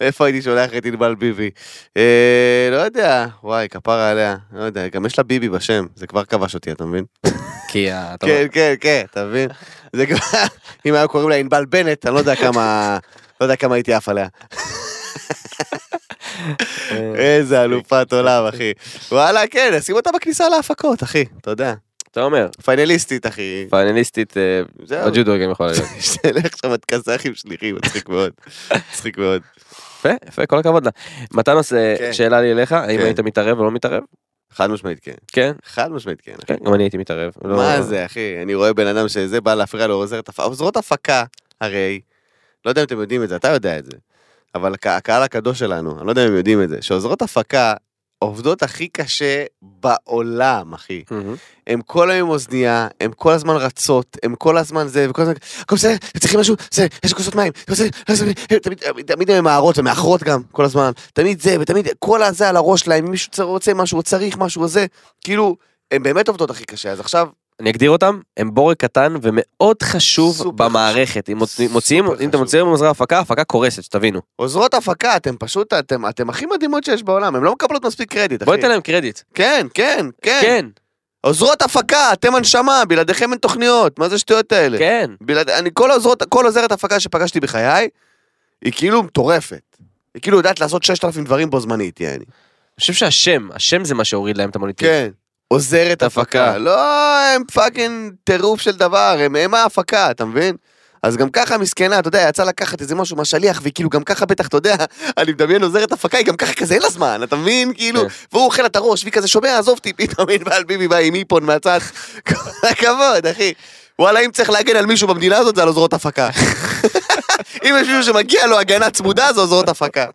Speaker 2: איפה הייתי שולח את ענבל ביבי? אה, לא יודע, וואי, כפרה עליה. לא יודע, גם יש לה ביבי בשם, זה כבר כבש אותי, אתה מבין?
Speaker 3: כי ה- אתה
Speaker 2: כן, כן, כן, אתה מבין? זה כבר, אם היו קוראים לה ענבל בנט, אני לא יודע כמה, לא יודע כמה הייתי עף עליה. כן,
Speaker 3: אה,
Speaker 2: איזה אלופת עולם, אחי. וואלה, כן, שים אותה בכניסה להפקות, אחי, אתה יודע.
Speaker 3: אתה אומר,
Speaker 2: פיינליסטית, אחי.
Speaker 3: פיינליסטית אה,
Speaker 2: זהו.
Speaker 3: בג'ודו גם יכול להיות.
Speaker 2: שתלך שם את קזחים שליחים, מצחיק מאוד. מצחיק מאוד.
Speaker 3: יפה, יפה, כל הכבוד לה. מתנוס, אה,
Speaker 2: כן.
Speaker 3: שאלה לי אליך, האם
Speaker 2: כן.
Speaker 3: היית מתערב או לא מתערב?
Speaker 2: חד משמעית כן.
Speaker 3: כן.
Speaker 2: חד משמעית כן. אחי.
Speaker 3: כן, גם אני הייתי מתערב. לא-
Speaker 2: מה זה, אחי? אני רואה בן אדם שזה בא להפריע לו עוזרת הפקה. עוזרות הפקה, הרי, לא יודע אם אתם יודעים את זה, אתה יודע את זה. אבל הק- הקהל הקדוש שלנו, אני לא יודע אם הם יודעים את זה, שעוזרות הפקה עובדות הכי קשה בעולם, אחי.
Speaker 3: מהמם.
Speaker 2: הם כל היום עם אוזנייה, הם כל הזמן רצות, הם כל הזמן זה, וכל הזמן, הכל בסדר, הם צריכים משהו, בסדר, יש כוסות מים, הכל בסדר, הכל בסדר, הם תמיד, תמיד הם ממהרות ומאחרות גם, כל הזמן, תמיד זה, ותמיד כל הזה על הראש שלהם, אם מישהו צר- רוצה משהו, או צריך משהו, או זה, כאילו, הם באמת עובדות הכי קשה, אז עכשיו,
Speaker 3: אני אגדיר אותם, הם בורג קטן ומאוד חשוב
Speaker 2: סופר
Speaker 3: במערכת. אם מוצאים- מוציאים,
Speaker 2: סופר
Speaker 3: אם אתם
Speaker 2: חשוב.
Speaker 3: מוציאים במזרח הפקה, הפקה קורסת, שתבינו.
Speaker 2: עוזרות הפקה, אתם פשוט, אתם, אתם הכי מדהימות שיש בעולם, הן לא מקבלות מספיק קרדיט, אחי.
Speaker 3: בוא ניתן להם קרדיט.
Speaker 2: כן, כן, כן.
Speaker 3: כן,
Speaker 2: עוזרות הפקה, אתם הנשמה, בלעדיכם אין תוכניות, מה זה השטויות האלה?
Speaker 3: כן.
Speaker 2: בלעד... אני כל עוזרות, כל עוזרת הפקה שפגשתי בחיי, היא כאילו מטורפת. היא כאילו יודעת לעשות 6,000 דברים בו זמנית, יעני.
Speaker 3: אני חושב שהשם, השם זה מה שהוריד להם את המוניטין.
Speaker 2: עוזרת
Speaker 3: הפקה.
Speaker 2: כן. הפקה. לא, הם פאקינג טירוף של דבר, הם, הם ההפקה, אתה מבין? אז גם ככה מסכנה, אתה יודע, יצא לקחת איזה משהו מהשליח, והיא כאילו גם ככה בטח, אתה יודע, אני מדמיין עוזרת הפקה, היא גם ככה כזה, אין לה זמן, אתה מבין? כאילו,
Speaker 3: כן.
Speaker 2: והוא אוכל לה את הראש, והיא כזה שומע, עזוב אותי, פתאום אין בעל ביבי בא עם איפון מהצד. כל הכבוד, אחי. וואלה, אם צריך להגן על מישהו במדינה הזאת, זה על עוזרות הפקה. אם יש מישהו שמגיע לו הגנה צמודה, זה עוזרות הפקה.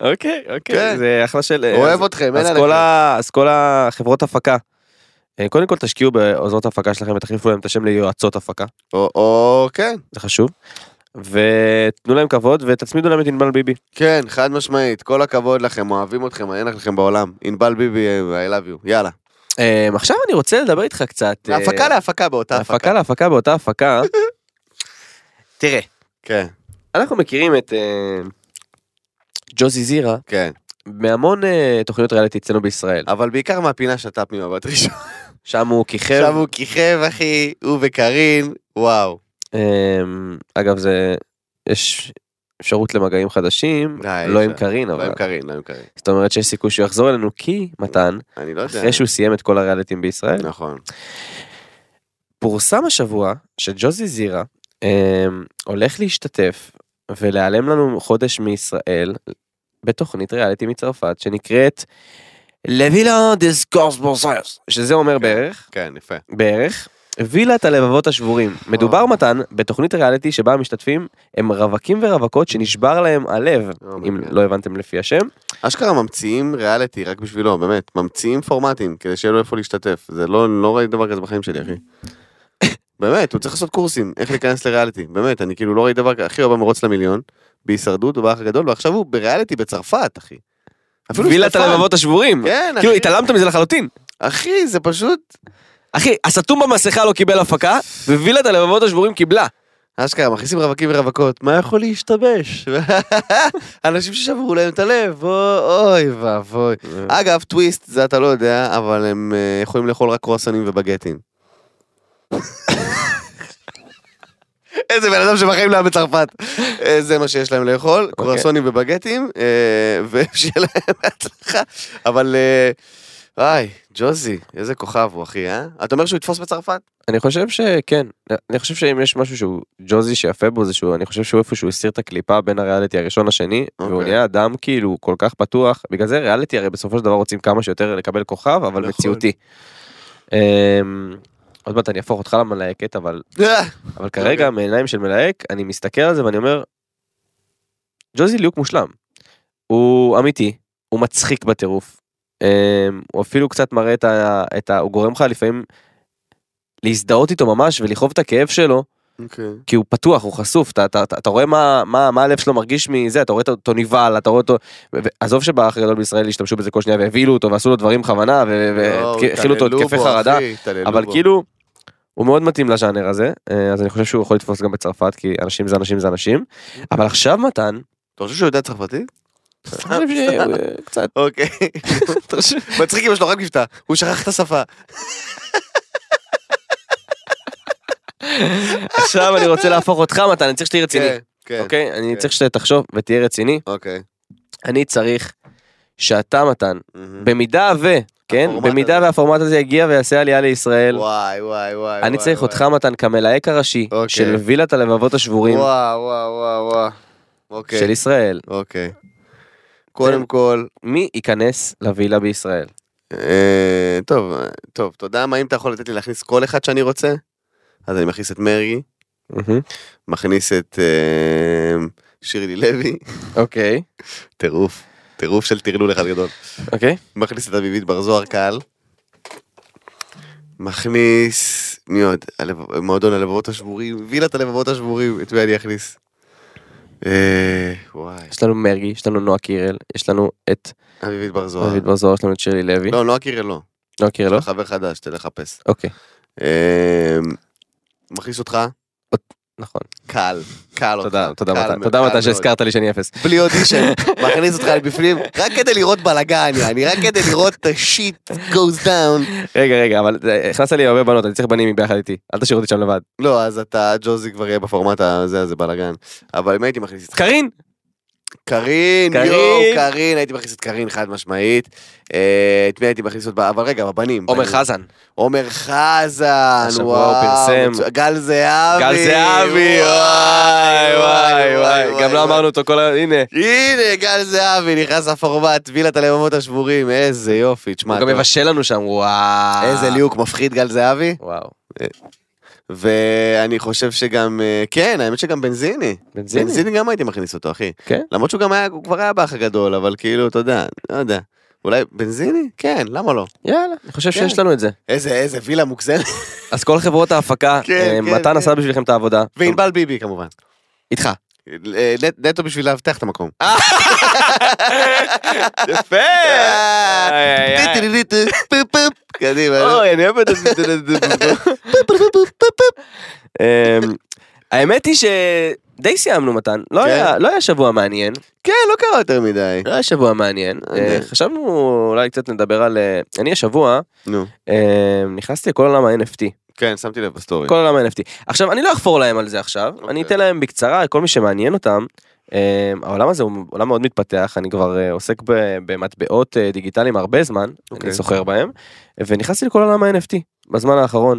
Speaker 3: אוקיי,
Speaker 2: כן.
Speaker 3: אוקיי, זה אחלה של...
Speaker 2: אוהב
Speaker 3: אז-
Speaker 2: אתכם, אין
Speaker 3: אז כל,
Speaker 2: עליכם.
Speaker 3: ה, אז כל החברות הפקה, אה, קודם כל תשקיעו בעוזרות ההפקה שלכם ותחליפו להם את השם ליועצות הפקה,
Speaker 2: או- או, כן.
Speaker 3: זה חשוב. ותנו להם כבוד ותצמידו להם את ענבל ביבי.
Speaker 2: כן, חד משמעית, כל הכבוד לכם, אוהבים אתכם, אין לכם בעולם. ענבל ביבי, I love you, יאללה.
Speaker 3: אה, עכשיו אני רוצה לדבר איתך קצת. אה,
Speaker 2: הפקה להפקה באותה
Speaker 3: הפקה
Speaker 2: הפקה.
Speaker 3: להפקה באותה הפקה. תראה,
Speaker 2: כן,
Speaker 3: אנחנו מכירים את אה, ג'וזי זירה
Speaker 2: כן.
Speaker 3: מהמון אה, תוכניות ריאליטי אצלנו בישראל.
Speaker 2: אבל בעיקר מהפינה שת"פ ממבט ראשון.
Speaker 3: שם הוא כיכב,
Speaker 2: עכשיו הוא כיכב, אחי, הוא וקארין, וואו.
Speaker 3: אמ, אגב, זה... יש אפשרות למגעים חדשים,
Speaker 2: די,
Speaker 3: לא
Speaker 2: אי
Speaker 3: עם
Speaker 2: אפשר.
Speaker 3: קארין,
Speaker 2: לא
Speaker 3: אבל...
Speaker 2: עם קארין, לא עם קארין.
Speaker 3: זאת אומרת שיש סיכוי שהוא יחזור אלינו, כי, מתן,
Speaker 2: אני לא יודע.
Speaker 3: אחרי שהוא סיים את כל הריאליטים בישראל,
Speaker 2: נכון.
Speaker 3: פורסם השבוע שג'וזי זירה אמ, הולך להשתתף ולהיעלם לנו חודש מישראל בתוכנית ריאליטי מצרפת שנקראת לווילה דס קורס בורסיירס, שזה אומר בערך,
Speaker 2: כן, יפה.
Speaker 3: לא, בערך. וילת הלבבות השבורים. מדובר מתן בתוכנית ריאליטי שבה המשתתפים הם רווקים ורווקות שנשבר להם הלב, אם לא הבנתם לפי השם.
Speaker 2: אשכרה ממציאים ריאליטי רק בשבילו, באמת. ממציאים פורמטים כדי שיהיה לו איפה להשתתף. זה לא, לא ראיתי דבר כזה בחיים שלי, אחי. באמת, הוא צריך לעשות קורסים, איך להיכנס לריאליטי. באמת, אני כאילו לא ראיתי דבר כזה. אחי, הוא במרוץ למיליון, בהישרדות, הוא באח הגדול, ועכשיו הוא בריאליטי בצרפת, אחי. אפילו
Speaker 3: וילת
Speaker 2: שטפן.
Speaker 3: הלבבות השבורים.
Speaker 2: כן,
Speaker 3: כאילו
Speaker 2: אחי.
Speaker 3: התעלמת מזה לחלוטין.
Speaker 2: אחי, זה פשוט...
Speaker 3: אחי, הסתום במסכה לא קיבל הפקה, ווילת הלבבות השבורים קיבלה.
Speaker 2: אשכרה, מכניסים רווקים ורווקות, מה יכול לא להשתבש? אנשים ששברו להם את הלב, או- אוי ואבוי.
Speaker 3: אה.
Speaker 2: אגב, טוויסט, זה אתה לא יודע, אבל הם אה, יכולים לאכול רק קרואסונים ובגטים. איזה בן אדם שבחיים לא היה בצרפת. אה, זה מה שיש להם לאכול,
Speaker 3: אוקיי.
Speaker 2: קרואסונים ובגטים, אה, ושיהיה להם בהצלחה. אבל, אה, איי, ג'וזי, איזה כוכב הוא, אחי, אה? אתה אומר שהוא יתפוס בצרפת?
Speaker 3: אני חושב שכן, אני חושב שאם יש משהו שהוא ג'וזי שיפה בו זה שהוא, אני חושב שהוא איפה שהוא הסיר את הקליפה בין הריאליטי הראשון לשני, והוא
Speaker 2: אוקיי.
Speaker 3: נהיה אדם כאילו כל כך פתוח, בגלל זה ריאליטי הרי בסופו של דבר רוצים כמה שיותר לקבל כוכב, אבל
Speaker 2: נכון.
Speaker 3: מציאותי. אמ, עוד מעט אני אהפוך אותך למלהקת, אבל
Speaker 2: אה,
Speaker 3: אבל כרגע מעיניים של מלהק, אני מסתכל על זה ואני אומר, ג'וזי ליוק מושלם. הוא אמיתי, הוא מצחיק בטירוף. אמ, הוא אפילו קצת מראה את ה... את ה הוא גורם לך לפעמים להזדהות איתו ממש ולכאוב את הכאב שלו,
Speaker 2: אוקיי.
Speaker 3: כי הוא פתוח, הוא חשוף, אתה, אתה, אתה, אתה רואה מה, מה, מה הלב שלו מרגיש מזה, אתה רואה אותו נבהל, אתה רואה אותו... ו- ו- עזוב שבאח הגדול בישראל השתמשו בזה כל שנייה והבהילו אותו ועשו לו דברים בכוונה
Speaker 2: לא,
Speaker 3: והכילו אותו
Speaker 2: התעללו
Speaker 3: התקפי
Speaker 2: בו,
Speaker 3: חרדה.
Speaker 2: אחי, התעללו
Speaker 3: אבל
Speaker 2: בו.
Speaker 3: כאילו, הוא מאוד מתאים לז'אנר הזה, אה, אז אני חושב שהוא יכול לתפוס גם בצרפת, כי אנשים זה אנשים זה אנשים. אבל עכשיו מתן,
Speaker 2: אתה חושב שהוא יודע צרפתית?
Speaker 3: אני חושב שהוא, אה, קצת,
Speaker 2: אוקיי.
Speaker 3: אתה חושב-
Speaker 2: מצחיק אמא שלו רק מבטא, הוא שכח את השפה.
Speaker 3: כן, עכשיו אני רוצה להפוך אותך מתן, אני צריך שתהיה רציני,
Speaker 2: כן, כן.
Speaker 3: אוקיי? אני
Speaker 2: כן.
Speaker 3: צריך שתחשוב ותהיה רציני.
Speaker 2: אוקיי.
Speaker 3: אני צריך שאתה מתן,
Speaker 2: מהמם.
Speaker 3: במידה ו... כן,
Speaker 2: Mm. הפורמט
Speaker 3: במידה
Speaker 2: הזה.
Speaker 3: והפורמט הזה יגיע ויעשה עלייה לישראל,
Speaker 2: Mm-hmm. וואי וואי וואי.
Speaker 3: אני
Speaker 2: וואי,
Speaker 3: צריך
Speaker 2: וואי.
Speaker 3: אותך מתן כמלהק הראשי
Speaker 2: אוקיי.
Speaker 3: של וילת הלבבות השבורים
Speaker 2: וואו וואו וואו וואו. אוקיי.
Speaker 3: של ישראל.
Speaker 2: אוקיי. קודם כל,
Speaker 3: מי ייכנס לווילה בישראל?
Speaker 2: אה, טוב, אה, טוב, אתה יודע מה, אם אתה יכול לתת לי להכניס כל אחד שאני רוצה, אז אני מכניס את מרגי,
Speaker 3: מהמם.
Speaker 2: מכניס את אה, שירלי לוי,
Speaker 3: אוקיי,
Speaker 2: טירוף, טירוף של טרלול אחד גדול.
Speaker 3: אוקיי.
Speaker 2: מכניס את אביבית בר זוהר קהל. מכניס, מי עוד? הלב- מועדון הלבבות השבורים, וילת הלבבות השבורים, את מי אני אכניס? אה, וואי,
Speaker 3: יש לנו מרגי, יש לנו נועה קירל, יש לנו את
Speaker 2: אביבית בר זוהר.
Speaker 3: דוד בר זוהר, יש לנו את שירלי לוי.
Speaker 2: לא, נועה קירל לא.
Speaker 3: נועה קירל לא?
Speaker 2: חבר חדש, תלך לחפש.
Speaker 3: אוקיי,
Speaker 2: אה, מכניס אותך?
Speaker 3: נכון.
Speaker 2: קהל, קהל אותך.
Speaker 3: תודה, תודה
Speaker 2: קהל
Speaker 3: מתן.
Speaker 2: מאוד,
Speaker 3: תודה
Speaker 2: קהל
Speaker 3: מתן
Speaker 2: מאוד.
Speaker 3: שהזכרת לי שאני אפס.
Speaker 2: בלי אודישן, מכניס אותך לבפנים, רק כדי לראות בלאגן, יעני, רק כדי לראות את השיט goes down.
Speaker 3: רגע, רגע, אבל אה, הכנסת לי הרבה בנות, אני צריך בנים ביחד איתי. אל תשאיר אותי שם לבד.
Speaker 2: לא, אז אתה, ג'וזי כבר יהיה בפורמט הזה, אז זה בלאגן. אבל אם הייתי מכניס את
Speaker 3: קארין!
Speaker 2: קארין,
Speaker 3: קארין.
Speaker 2: יואו, קארין, הייתי מכניס את קארין חד משמעית. אה, את מי הייתי מכניס עוד, ב- אבל רגע, בבנים.
Speaker 3: עומר
Speaker 2: בנים.
Speaker 3: חזן.
Speaker 2: עומר חזן,
Speaker 3: השבוע הוא
Speaker 2: וואו.
Speaker 3: פרסם.
Speaker 2: גל זהבי.
Speaker 3: גל זהבי, וואי וואי וואי. גם לא אמרנו אותו כל ה... הנה.
Speaker 2: הנה, גל זהבי נכנס לפורמט, וילת הלבבות השבורים, איזה יופי, תשמע.
Speaker 3: הוא גם
Speaker 2: טוב.
Speaker 3: מבשל לנו שם, וואו.
Speaker 2: איזה ליהוק מפחיד גל זהבי.
Speaker 3: וואו.
Speaker 2: ואני חושב שגם, אה, כן, האמת שגם בנזיני.
Speaker 3: בנזיני.
Speaker 2: בנזיני גם הייתי מכניס אותו, אחי.
Speaker 3: כן?
Speaker 2: למרות שהוא גם היה, הוא כבר היה באח הגדול, אבל כאילו, אתה יודע, לא יודע. אולי בנזיני? כן, למה לא?
Speaker 3: יאללה, אני חושב
Speaker 2: כן.
Speaker 3: שיש לנו את זה.
Speaker 2: איזה, איזה וילה מוגזמת.
Speaker 3: אז כל חברות ההפקה,
Speaker 2: כן,
Speaker 3: אה,
Speaker 2: כן,
Speaker 3: מתן
Speaker 2: כן.
Speaker 3: עשה בשבילכם את העבודה.
Speaker 2: וענבל ביבי כמובן.
Speaker 3: איתך. אה!
Speaker 2: אה, נט- נטו בשביל לאבטח את המקום.
Speaker 3: יפה!
Speaker 2: אה,
Speaker 3: איי, איי, איי.
Speaker 2: טי-טי-טי-טי, פופ, פופ. קדימה.
Speaker 3: אוי, אה, אני אוהב את זה.
Speaker 2: פופ, פופ, פופ, פופ, פופ.
Speaker 3: אמ, האמת היא שדי סיימנו מתן, לא
Speaker 2: כן.
Speaker 3: היה- לא היה שבוע מעניין,
Speaker 2: כן, לא קרה יותר מדי.
Speaker 3: לא היה שבוע מעניין,
Speaker 2: לא יודע.
Speaker 3: אה, חשבנו אולי קצת נדבר על, אה, אני השבוע
Speaker 2: נו,
Speaker 3: אמ, נכנסתי לכל עולם ה-NFT,
Speaker 2: כן, שמתי לב בסטורי.
Speaker 3: כל עולם ה-NFT. עכשיו, אני לא אחפור להם על זה עכשיו, אני
Speaker 2: אוקיי.
Speaker 3: אתן להם בקצרה, כל מי שמעניין אותם. אה, העולם הזה הוא עולם מאוד מתפתח, אני כבר אה, עוסק ב- במטבעות אה, דיגיטליים הרבה זמן, אני
Speaker 2: אוקיי.
Speaker 3: סוחר בהם, ונכנסתי לכל עולם ה-NFT בזמן האחרון.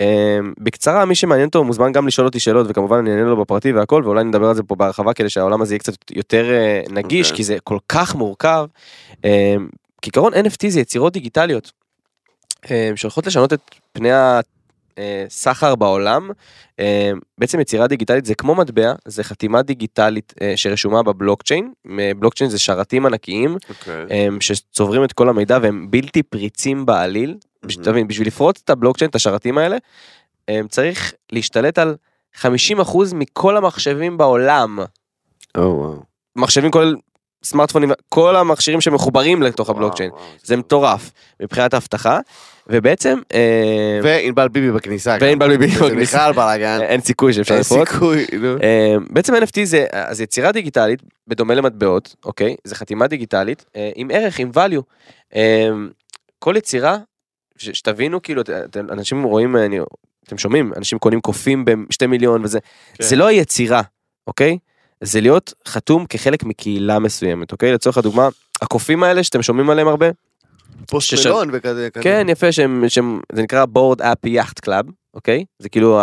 Speaker 3: אה, בקצרה, מי שמעניין אותו מוזמן גם לשאול אותי שאלות, וכמובן אני אענה לו בפרטי והכל, ואולי נדבר על זה פה בהרחבה כדי שהעולם הזה יהיה קצת יותר אה, נגיש,
Speaker 2: אוקיי.
Speaker 3: כי זה כל כך מורכב. אה, כעיקרון NFT זה יצירות דיגיטליות אה, שהולכות לשנות את פני הסחר בעולם. אה, בעצם יצירה דיגיטלית זה כמו מטבע, זה חתימה דיגיטלית אה, שרשומה בבלוקצ'יין. אה, בלוקצ'יין זה שרתים ענקיים
Speaker 2: אוקיי.
Speaker 3: אה, שצוברים את כל המידע והם בלתי פריצים בעליל.
Speaker 2: Mhm.
Speaker 3: בשביל- תבין, בשביל לפרוץ את הבלוקצ'יין, את השרתים האלה, אה, צריך להשתלט על 50% מכל המחשבים בעולם.
Speaker 2: או אה, וואו.
Speaker 3: מחשבים כולל סמארטפונים, כל המכשירים שמחוברים לתוך הבלוקצ'יין.
Speaker 2: וואו, וואו,
Speaker 3: זה מטורף מבחינת האבטחה ובעצם אה,
Speaker 2: וענבל ביבי בכניסה. גם.
Speaker 3: וענבל ביבי
Speaker 2: זה
Speaker 3: בכניסה.
Speaker 2: בכלל בלאגן.
Speaker 3: אין סיכוי שאפשר
Speaker 2: אין
Speaker 3: לפרוט.
Speaker 2: סיכוי, נו.
Speaker 3: אה, בעצם NFT זה אז יצירה דיגיטלית בדומה למטבעות אוקיי זה חתימה דיגיטלית אה, עם ערך עם value. אה, כל יצירה ש- שתבינו כאילו את- את- אנשים רואים אה, אני- אתם שומעים אנשים קונים קופים בשתי מיליון וזה
Speaker 2: כן.
Speaker 3: זה לא היצירה אוקיי זה להיות חתום כחלק מקהילה מסוימת אוקיי לצורך הדוגמה הקופים האלה שאתם שומעים עליהם הרבה
Speaker 2: פוסט
Speaker 3: אה, שש-
Speaker 2: מלון וכזה. כזה.
Speaker 3: כן יפה שהם, שהם זה נקרא בורד אפ יאכט קלאב אוקיי זה כאילו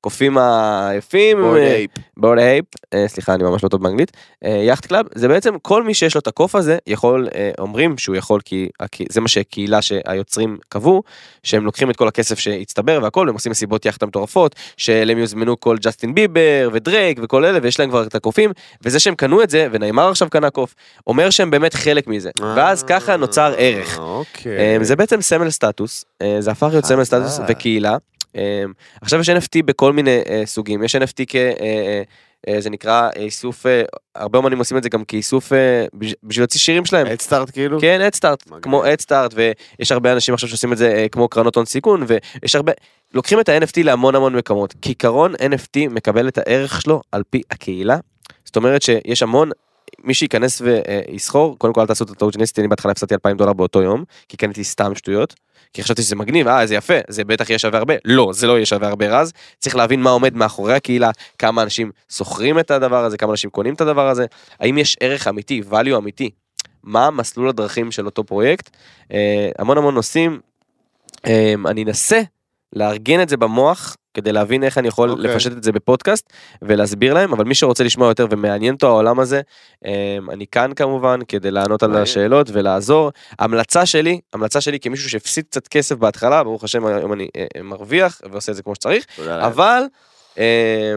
Speaker 3: הקופים היפים
Speaker 2: בואו
Speaker 3: אה,
Speaker 2: נהיה.
Speaker 3: בורד אייפ אה, סליחה אני ממש לא טוב באנגלית אה, יאכט קלאב זה בעצם כל מי שיש לו את הקוף הזה יכול אה, אומרים שהוא יכול כי הקי- זה מה שהקהילה שהיוצרים קבעו שהם לוקחים את כל הכסף שהצטבר והכל הם עושים מסיבות יאכטה מטורפות שאליהם יוזמנו כל ג'סטין ביבר ודרייק וכל אלה ויש להם כבר את הקופים וזה שהם קנו את זה ונאמר עכשיו קנה קוף אומר שהם באמת חלק מזה
Speaker 2: אה.
Speaker 3: ואז ככה נוצר ערך.
Speaker 2: אוקיי.
Speaker 3: אמ, זה בעצם סמל סטטוס, אה, זה הפך להיות סמל סטטוס
Speaker 2: חזק.
Speaker 3: וקהילה. אמ, עכשיו יש NFT בכל מיני אה, סוגים, יש NFT כ... אה, אה, אה, זה נקרא איסוף, אה, הרבה אומנים עושים את זה גם כאיסוף אה, בש- בשביל להוציא שירים שלהם.
Speaker 2: הדסטארט כאילו?
Speaker 3: כן, אדסטארט,
Speaker 2: מגניב.
Speaker 3: כמו אדסטארט, ויש הרבה אנשים עכשיו שעושים את זה אה, כמו קרנות הון סיכון, ויש הרבה, לוקחים את ה-NFT להמון המון מקומות. כעיקרון, NFT מקבל את הערך שלו על פי הקהילה, זאת אומרת שיש המון, מי שייכנס ויסחור, קודם כל אל תעשו את הטעות שניסיתי, אני בהתחלה הפסדתי 2,000 דולר באותו יום, כי קניתי סתם שטויות, כי חשבתי שזה מגניב, אה, זה יפה, זה בטח יהיה שווה הרבה, לא, זה לא יהיה שווה הרבה רז, צריך להבין מה עומד מאחורי הקהילה, כמה אנשים שוכרים את הדבר הזה, כמה אנשים קונים את הדבר הזה, האם יש ערך אמיתי, value אמיתי, מה מסלול הדרכים של אותו פרויקט. אה, המון המון נושאים, אה, אני אנסה לארגן את זה במוח כדי להבין איך אני יכול okay.
Speaker 2: אוקיי.
Speaker 3: לפשט את זה בפודקאסט ולהסביר להם, אבל מי שרוצה לשמוע יותר ומעניין אותו העולם הזה, אה, אני כאן כמובן כדי לענות על
Speaker 2: מעניין.
Speaker 3: השאלות ולעזור. המלצה שלי, המלצה שלי כמישהו שהפסיד קצת כסף בהתחלה, ברוך השם היום אני אה, אה, מרוויח ועושה את זה כמו שצריך.
Speaker 2: תודה לאל.
Speaker 3: אבל אה,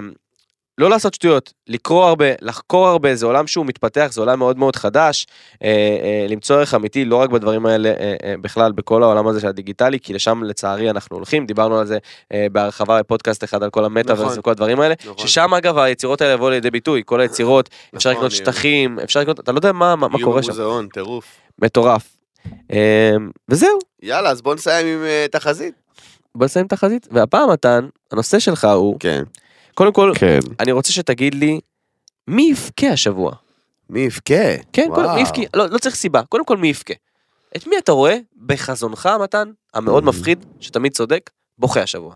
Speaker 3: לא לעשות שטויות, לקרוא הרבה, לחקור הרבה, זה עולם שהוא מתפתח, זה עולם מאוד מאוד חדש, אה, אה, למצוא ערך אמיתי לא רק בדברים האלה, אה, אה, בכלל בכל העולם הזה של הדיגיטלי, כי לשם לצערי אנחנו הולכים, דיברנו על זה אה, בהרחבה בפודקאסט אחד על כל המטה
Speaker 2: נכון.
Speaker 3: וכל הדברים האלה,
Speaker 2: נכון.
Speaker 3: ששם אגב היצירות האלה יבואו לידי ביטוי, כל היצירות, אפשר לקנות
Speaker 2: יהיו-
Speaker 3: שטחים, אפשר לקנות, אתה לא יודע מה מה- מה
Speaker 2: יהיו
Speaker 3: קורה שם,
Speaker 2: במוזיאון, טירוף.
Speaker 3: מטורף. אה, וזהו.
Speaker 2: יאללה, אז בוא נסיים עם אה, תחזית.
Speaker 3: בוא נסיים את החזית, והפעם מתן, הנושא שלך הוא,
Speaker 2: כן.
Speaker 3: קודם כל,
Speaker 2: כן.
Speaker 3: אני רוצה שתגיד לי מי יבכה השבוע.
Speaker 2: מי יבכה?
Speaker 3: כן,
Speaker 2: וואו.
Speaker 3: קודם, מי יבכה, לא, לא צריך סיבה, קודם כל מי יבכה. את מי אתה רואה בחזונך, מתן, המאוד מפחיד, שתמיד צודק, בוכה השבוע.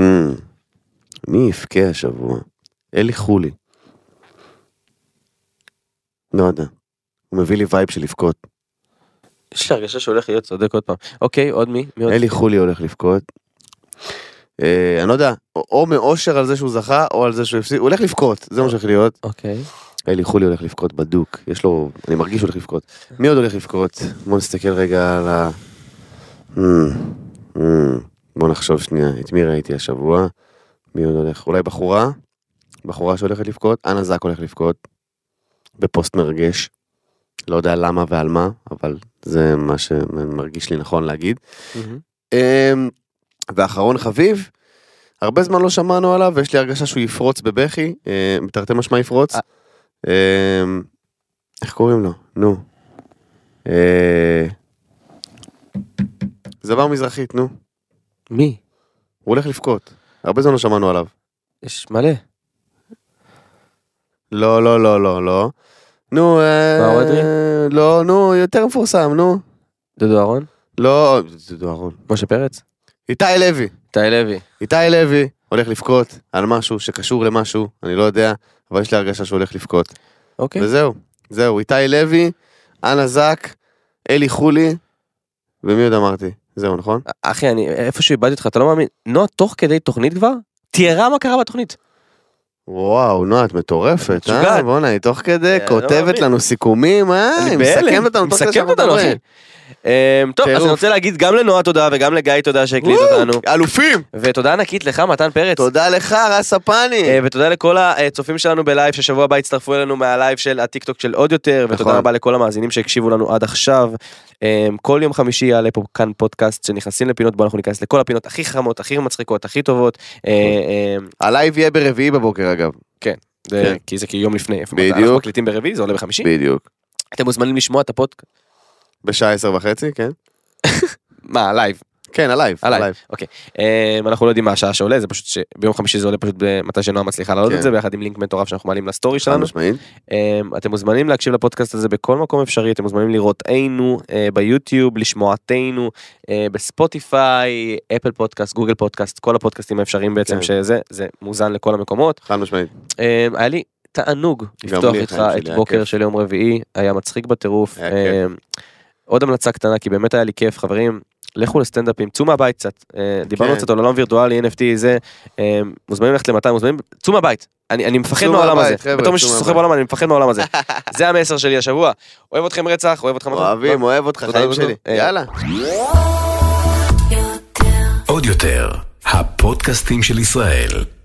Speaker 2: אמ, מי יבכה השבוע? אלי חולי. לא יודע. הוא מביא לי וייב של לבכות.
Speaker 3: יש לי הרגשה שהולך להיות צודק עוד פעם. אוקיי, עוד מי? מי עוד?
Speaker 2: אלי חולי הולך לבכות. אה, אני לא יודע, או- או מאושר על זה שהוא זכה, או על זה שהוא הפסיד, הוא הולך לבכות, זה מה שהולך להיות.
Speaker 3: אוקיי.
Speaker 2: אלי חולי הולך לבכות בדוק, יש לו, אני מרגיש שהוא הולך לבכות. מי עוד הולך לבכות? בוא נסתכל רגע על ה... אמ, אמ, בוא נחשוב שנייה, את מי ראיתי השבוע? מי עוד הולך? אולי בחורה? בחורה שהולכת לבכות? אנה זק הולך לבכות. בפוסט מרגש. לא יודע למה ועל מה, אבל זה מה שמרגיש לי נכון להגיד. אמ, ואחרון חביב, הרבה זמן לא שמענו עליו, ויש לי הרגשה שהוא יפרוץ בבכי, אמ, תרתי משמע יפרוץ.
Speaker 3: אה.
Speaker 2: אמ, איך קוראים לו? נו. אה, זמר מזרחית, נו.
Speaker 3: מי?
Speaker 2: הוא הולך לבכות. הרבה זמן לא שמענו עליו.
Speaker 3: יש מלא.
Speaker 2: לא, לא, לא, לא, לא. נו, אה,
Speaker 3: מה, אוהדרי?
Speaker 2: לא, נו, יותר מפורסם, נו.
Speaker 3: דודו אהרון?
Speaker 2: לא, דודו אהרון.
Speaker 3: משה פרץ?
Speaker 2: איתי לוי.
Speaker 3: איתי לוי.
Speaker 2: איתי לוי הולך לבכות על משהו שקשור למשהו, אני לא יודע, אבל יש לי הרגשה שהוא הולך לבכות.
Speaker 3: אוקיי.
Speaker 2: וזהו, זהו, איתי לוי, אנה זק, אלי חולי, ומי עוד אמרתי? זהו, נכון?
Speaker 3: אחי, אני איפשהו איבדתי אותך, אתה לא מאמין. נועה, תוך כדי תוכנית כבר, תיארה מה קרה בתוכנית.
Speaker 2: וואו, נועה, את מטורפת, אה?
Speaker 3: משוגעת.
Speaker 2: בואנה, היא תוך כדי
Speaker 3: אה, לא
Speaker 2: כותבת
Speaker 3: מאמין.
Speaker 2: לנו סיכומים, אה?
Speaker 3: אני
Speaker 2: היא
Speaker 3: בהלם,
Speaker 2: מסכמת אותנו, תוך כדי
Speaker 3: מסכמת
Speaker 2: שאנחנו
Speaker 3: אותנו, אחי.
Speaker 2: מדברים.
Speaker 3: אמ, טוב, אז
Speaker 2: טירוף.
Speaker 3: אני רוצה להגיד גם לנועה תודה וגם לגיא תודה שהקליט
Speaker 2: וואו,
Speaker 3: אותנו.
Speaker 2: אלופים!
Speaker 3: ותודה ענקית לך, מתן פרץ.
Speaker 2: תודה לך, רס הפני.
Speaker 3: אה, ותודה לכל הצופים שלנו בלייב ששבוע הבא יצטרפו אלינו מהלייב של הטיקטוק של עוד יותר
Speaker 2: נכון.
Speaker 3: ותודה רבה לכל המאזינים שהקשיבו לנו עד עכשיו. אה, כל יום חמישי יעלה פה כאן פודקאסט שנכנסים לפינות בו אנחנו ניכנס לכל הפינות הכי חמות הכי מצחיקות הכי טובות. אה,
Speaker 2: נכון.
Speaker 3: אה,
Speaker 2: הלייב יהיה ברביעי בבוקר, אגב.
Speaker 3: זה-
Speaker 2: כן.
Speaker 3: כי זה כי יום לפני.
Speaker 2: בדיוק.
Speaker 3: אנחנו מקליטים ברביעי זה עולה בחמישי.
Speaker 2: בדיוק.
Speaker 3: אתם מוזמנים לשמוע את הפודקאסט.
Speaker 2: בשעה עשר וחצי, כן?
Speaker 3: מה לייב.
Speaker 2: כן, הלייב.
Speaker 3: הלייב. אוקיי. אה, אנחנו לא יודעים מה השעה שעולה זה פשוט שביום חמישי זה עולה פשוט מתי שנועה מצליחה לעלות
Speaker 2: כן.
Speaker 3: את זה ביחד עם לינק מטורף שאנחנו מעלים לסטורי
Speaker 2: חד
Speaker 3: שלנו.
Speaker 2: משמעית.
Speaker 3: אמ, אתם מוזמנים להקשיב לפודקאסט הזה בכל מקום אפשרי, אתם מוזמנים לראותנו אה, ביוטיוב, לשמועתנו אה, בספוטיפיי, אפל פודקאסט, גוגל פודקאסט, כל הפודקאסטים האפשריים בעצם
Speaker 2: כן.
Speaker 3: שזה, זה מוזן לכל המקומות.
Speaker 2: חד משמעית.
Speaker 3: אמ, היה לי תענוג
Speaker 2: גם
Speaker 3: לפתוח
Speaker 2: לי,
Speaker 3: איתך
Speaker 2: חיים שלי,
Speaker 3: את
Speaker 2: היה
Speaker 3: בוקר
Speaker 2: כיף.
Speaker 3: של יום רביעי, היה מצחיק בטירוף.
Speaker 2: היה כיף.
Speaker 3: אמ, עוד המלצה קטנה, כי באמת היה לי כיף, חברים. לכו לסטנדאפים, צאו מהבית קצת, אה, דיברנו
Speaker 2: כן.
Speaker 3: קצת על עולם וירטואלי, NFT, זה, אה, מוזמנים ללכת למתי, מוזמנים, צאו מהבית, אני אני מפחד
Speaker 2: צאו
Speaker 3: מהעולם הזה,
Speaker 2: מהבית, חבר'ה,
Speaker 3: בתור מי
Speaker 2: צאו
Speaker 3: שסוחר
Speaker 2: מהבית.
Speaker 3: בעולם, אני מפחד מהעולם הזה, זה המסר שלי השבוע, אוהב אתכם רצח, אוהב אתכם
Speaker 2: אוהבים, אוהב אותך,
Speaker 3: לא. תודה,
Speaker 2: חיים
Speaker 3: דודו.
Speaker 2: שלי.
Speaker 3: אה,
Speaker 2: יאללה.
Speaker 1: עוד יותר, הפודקאסטים של ישראל.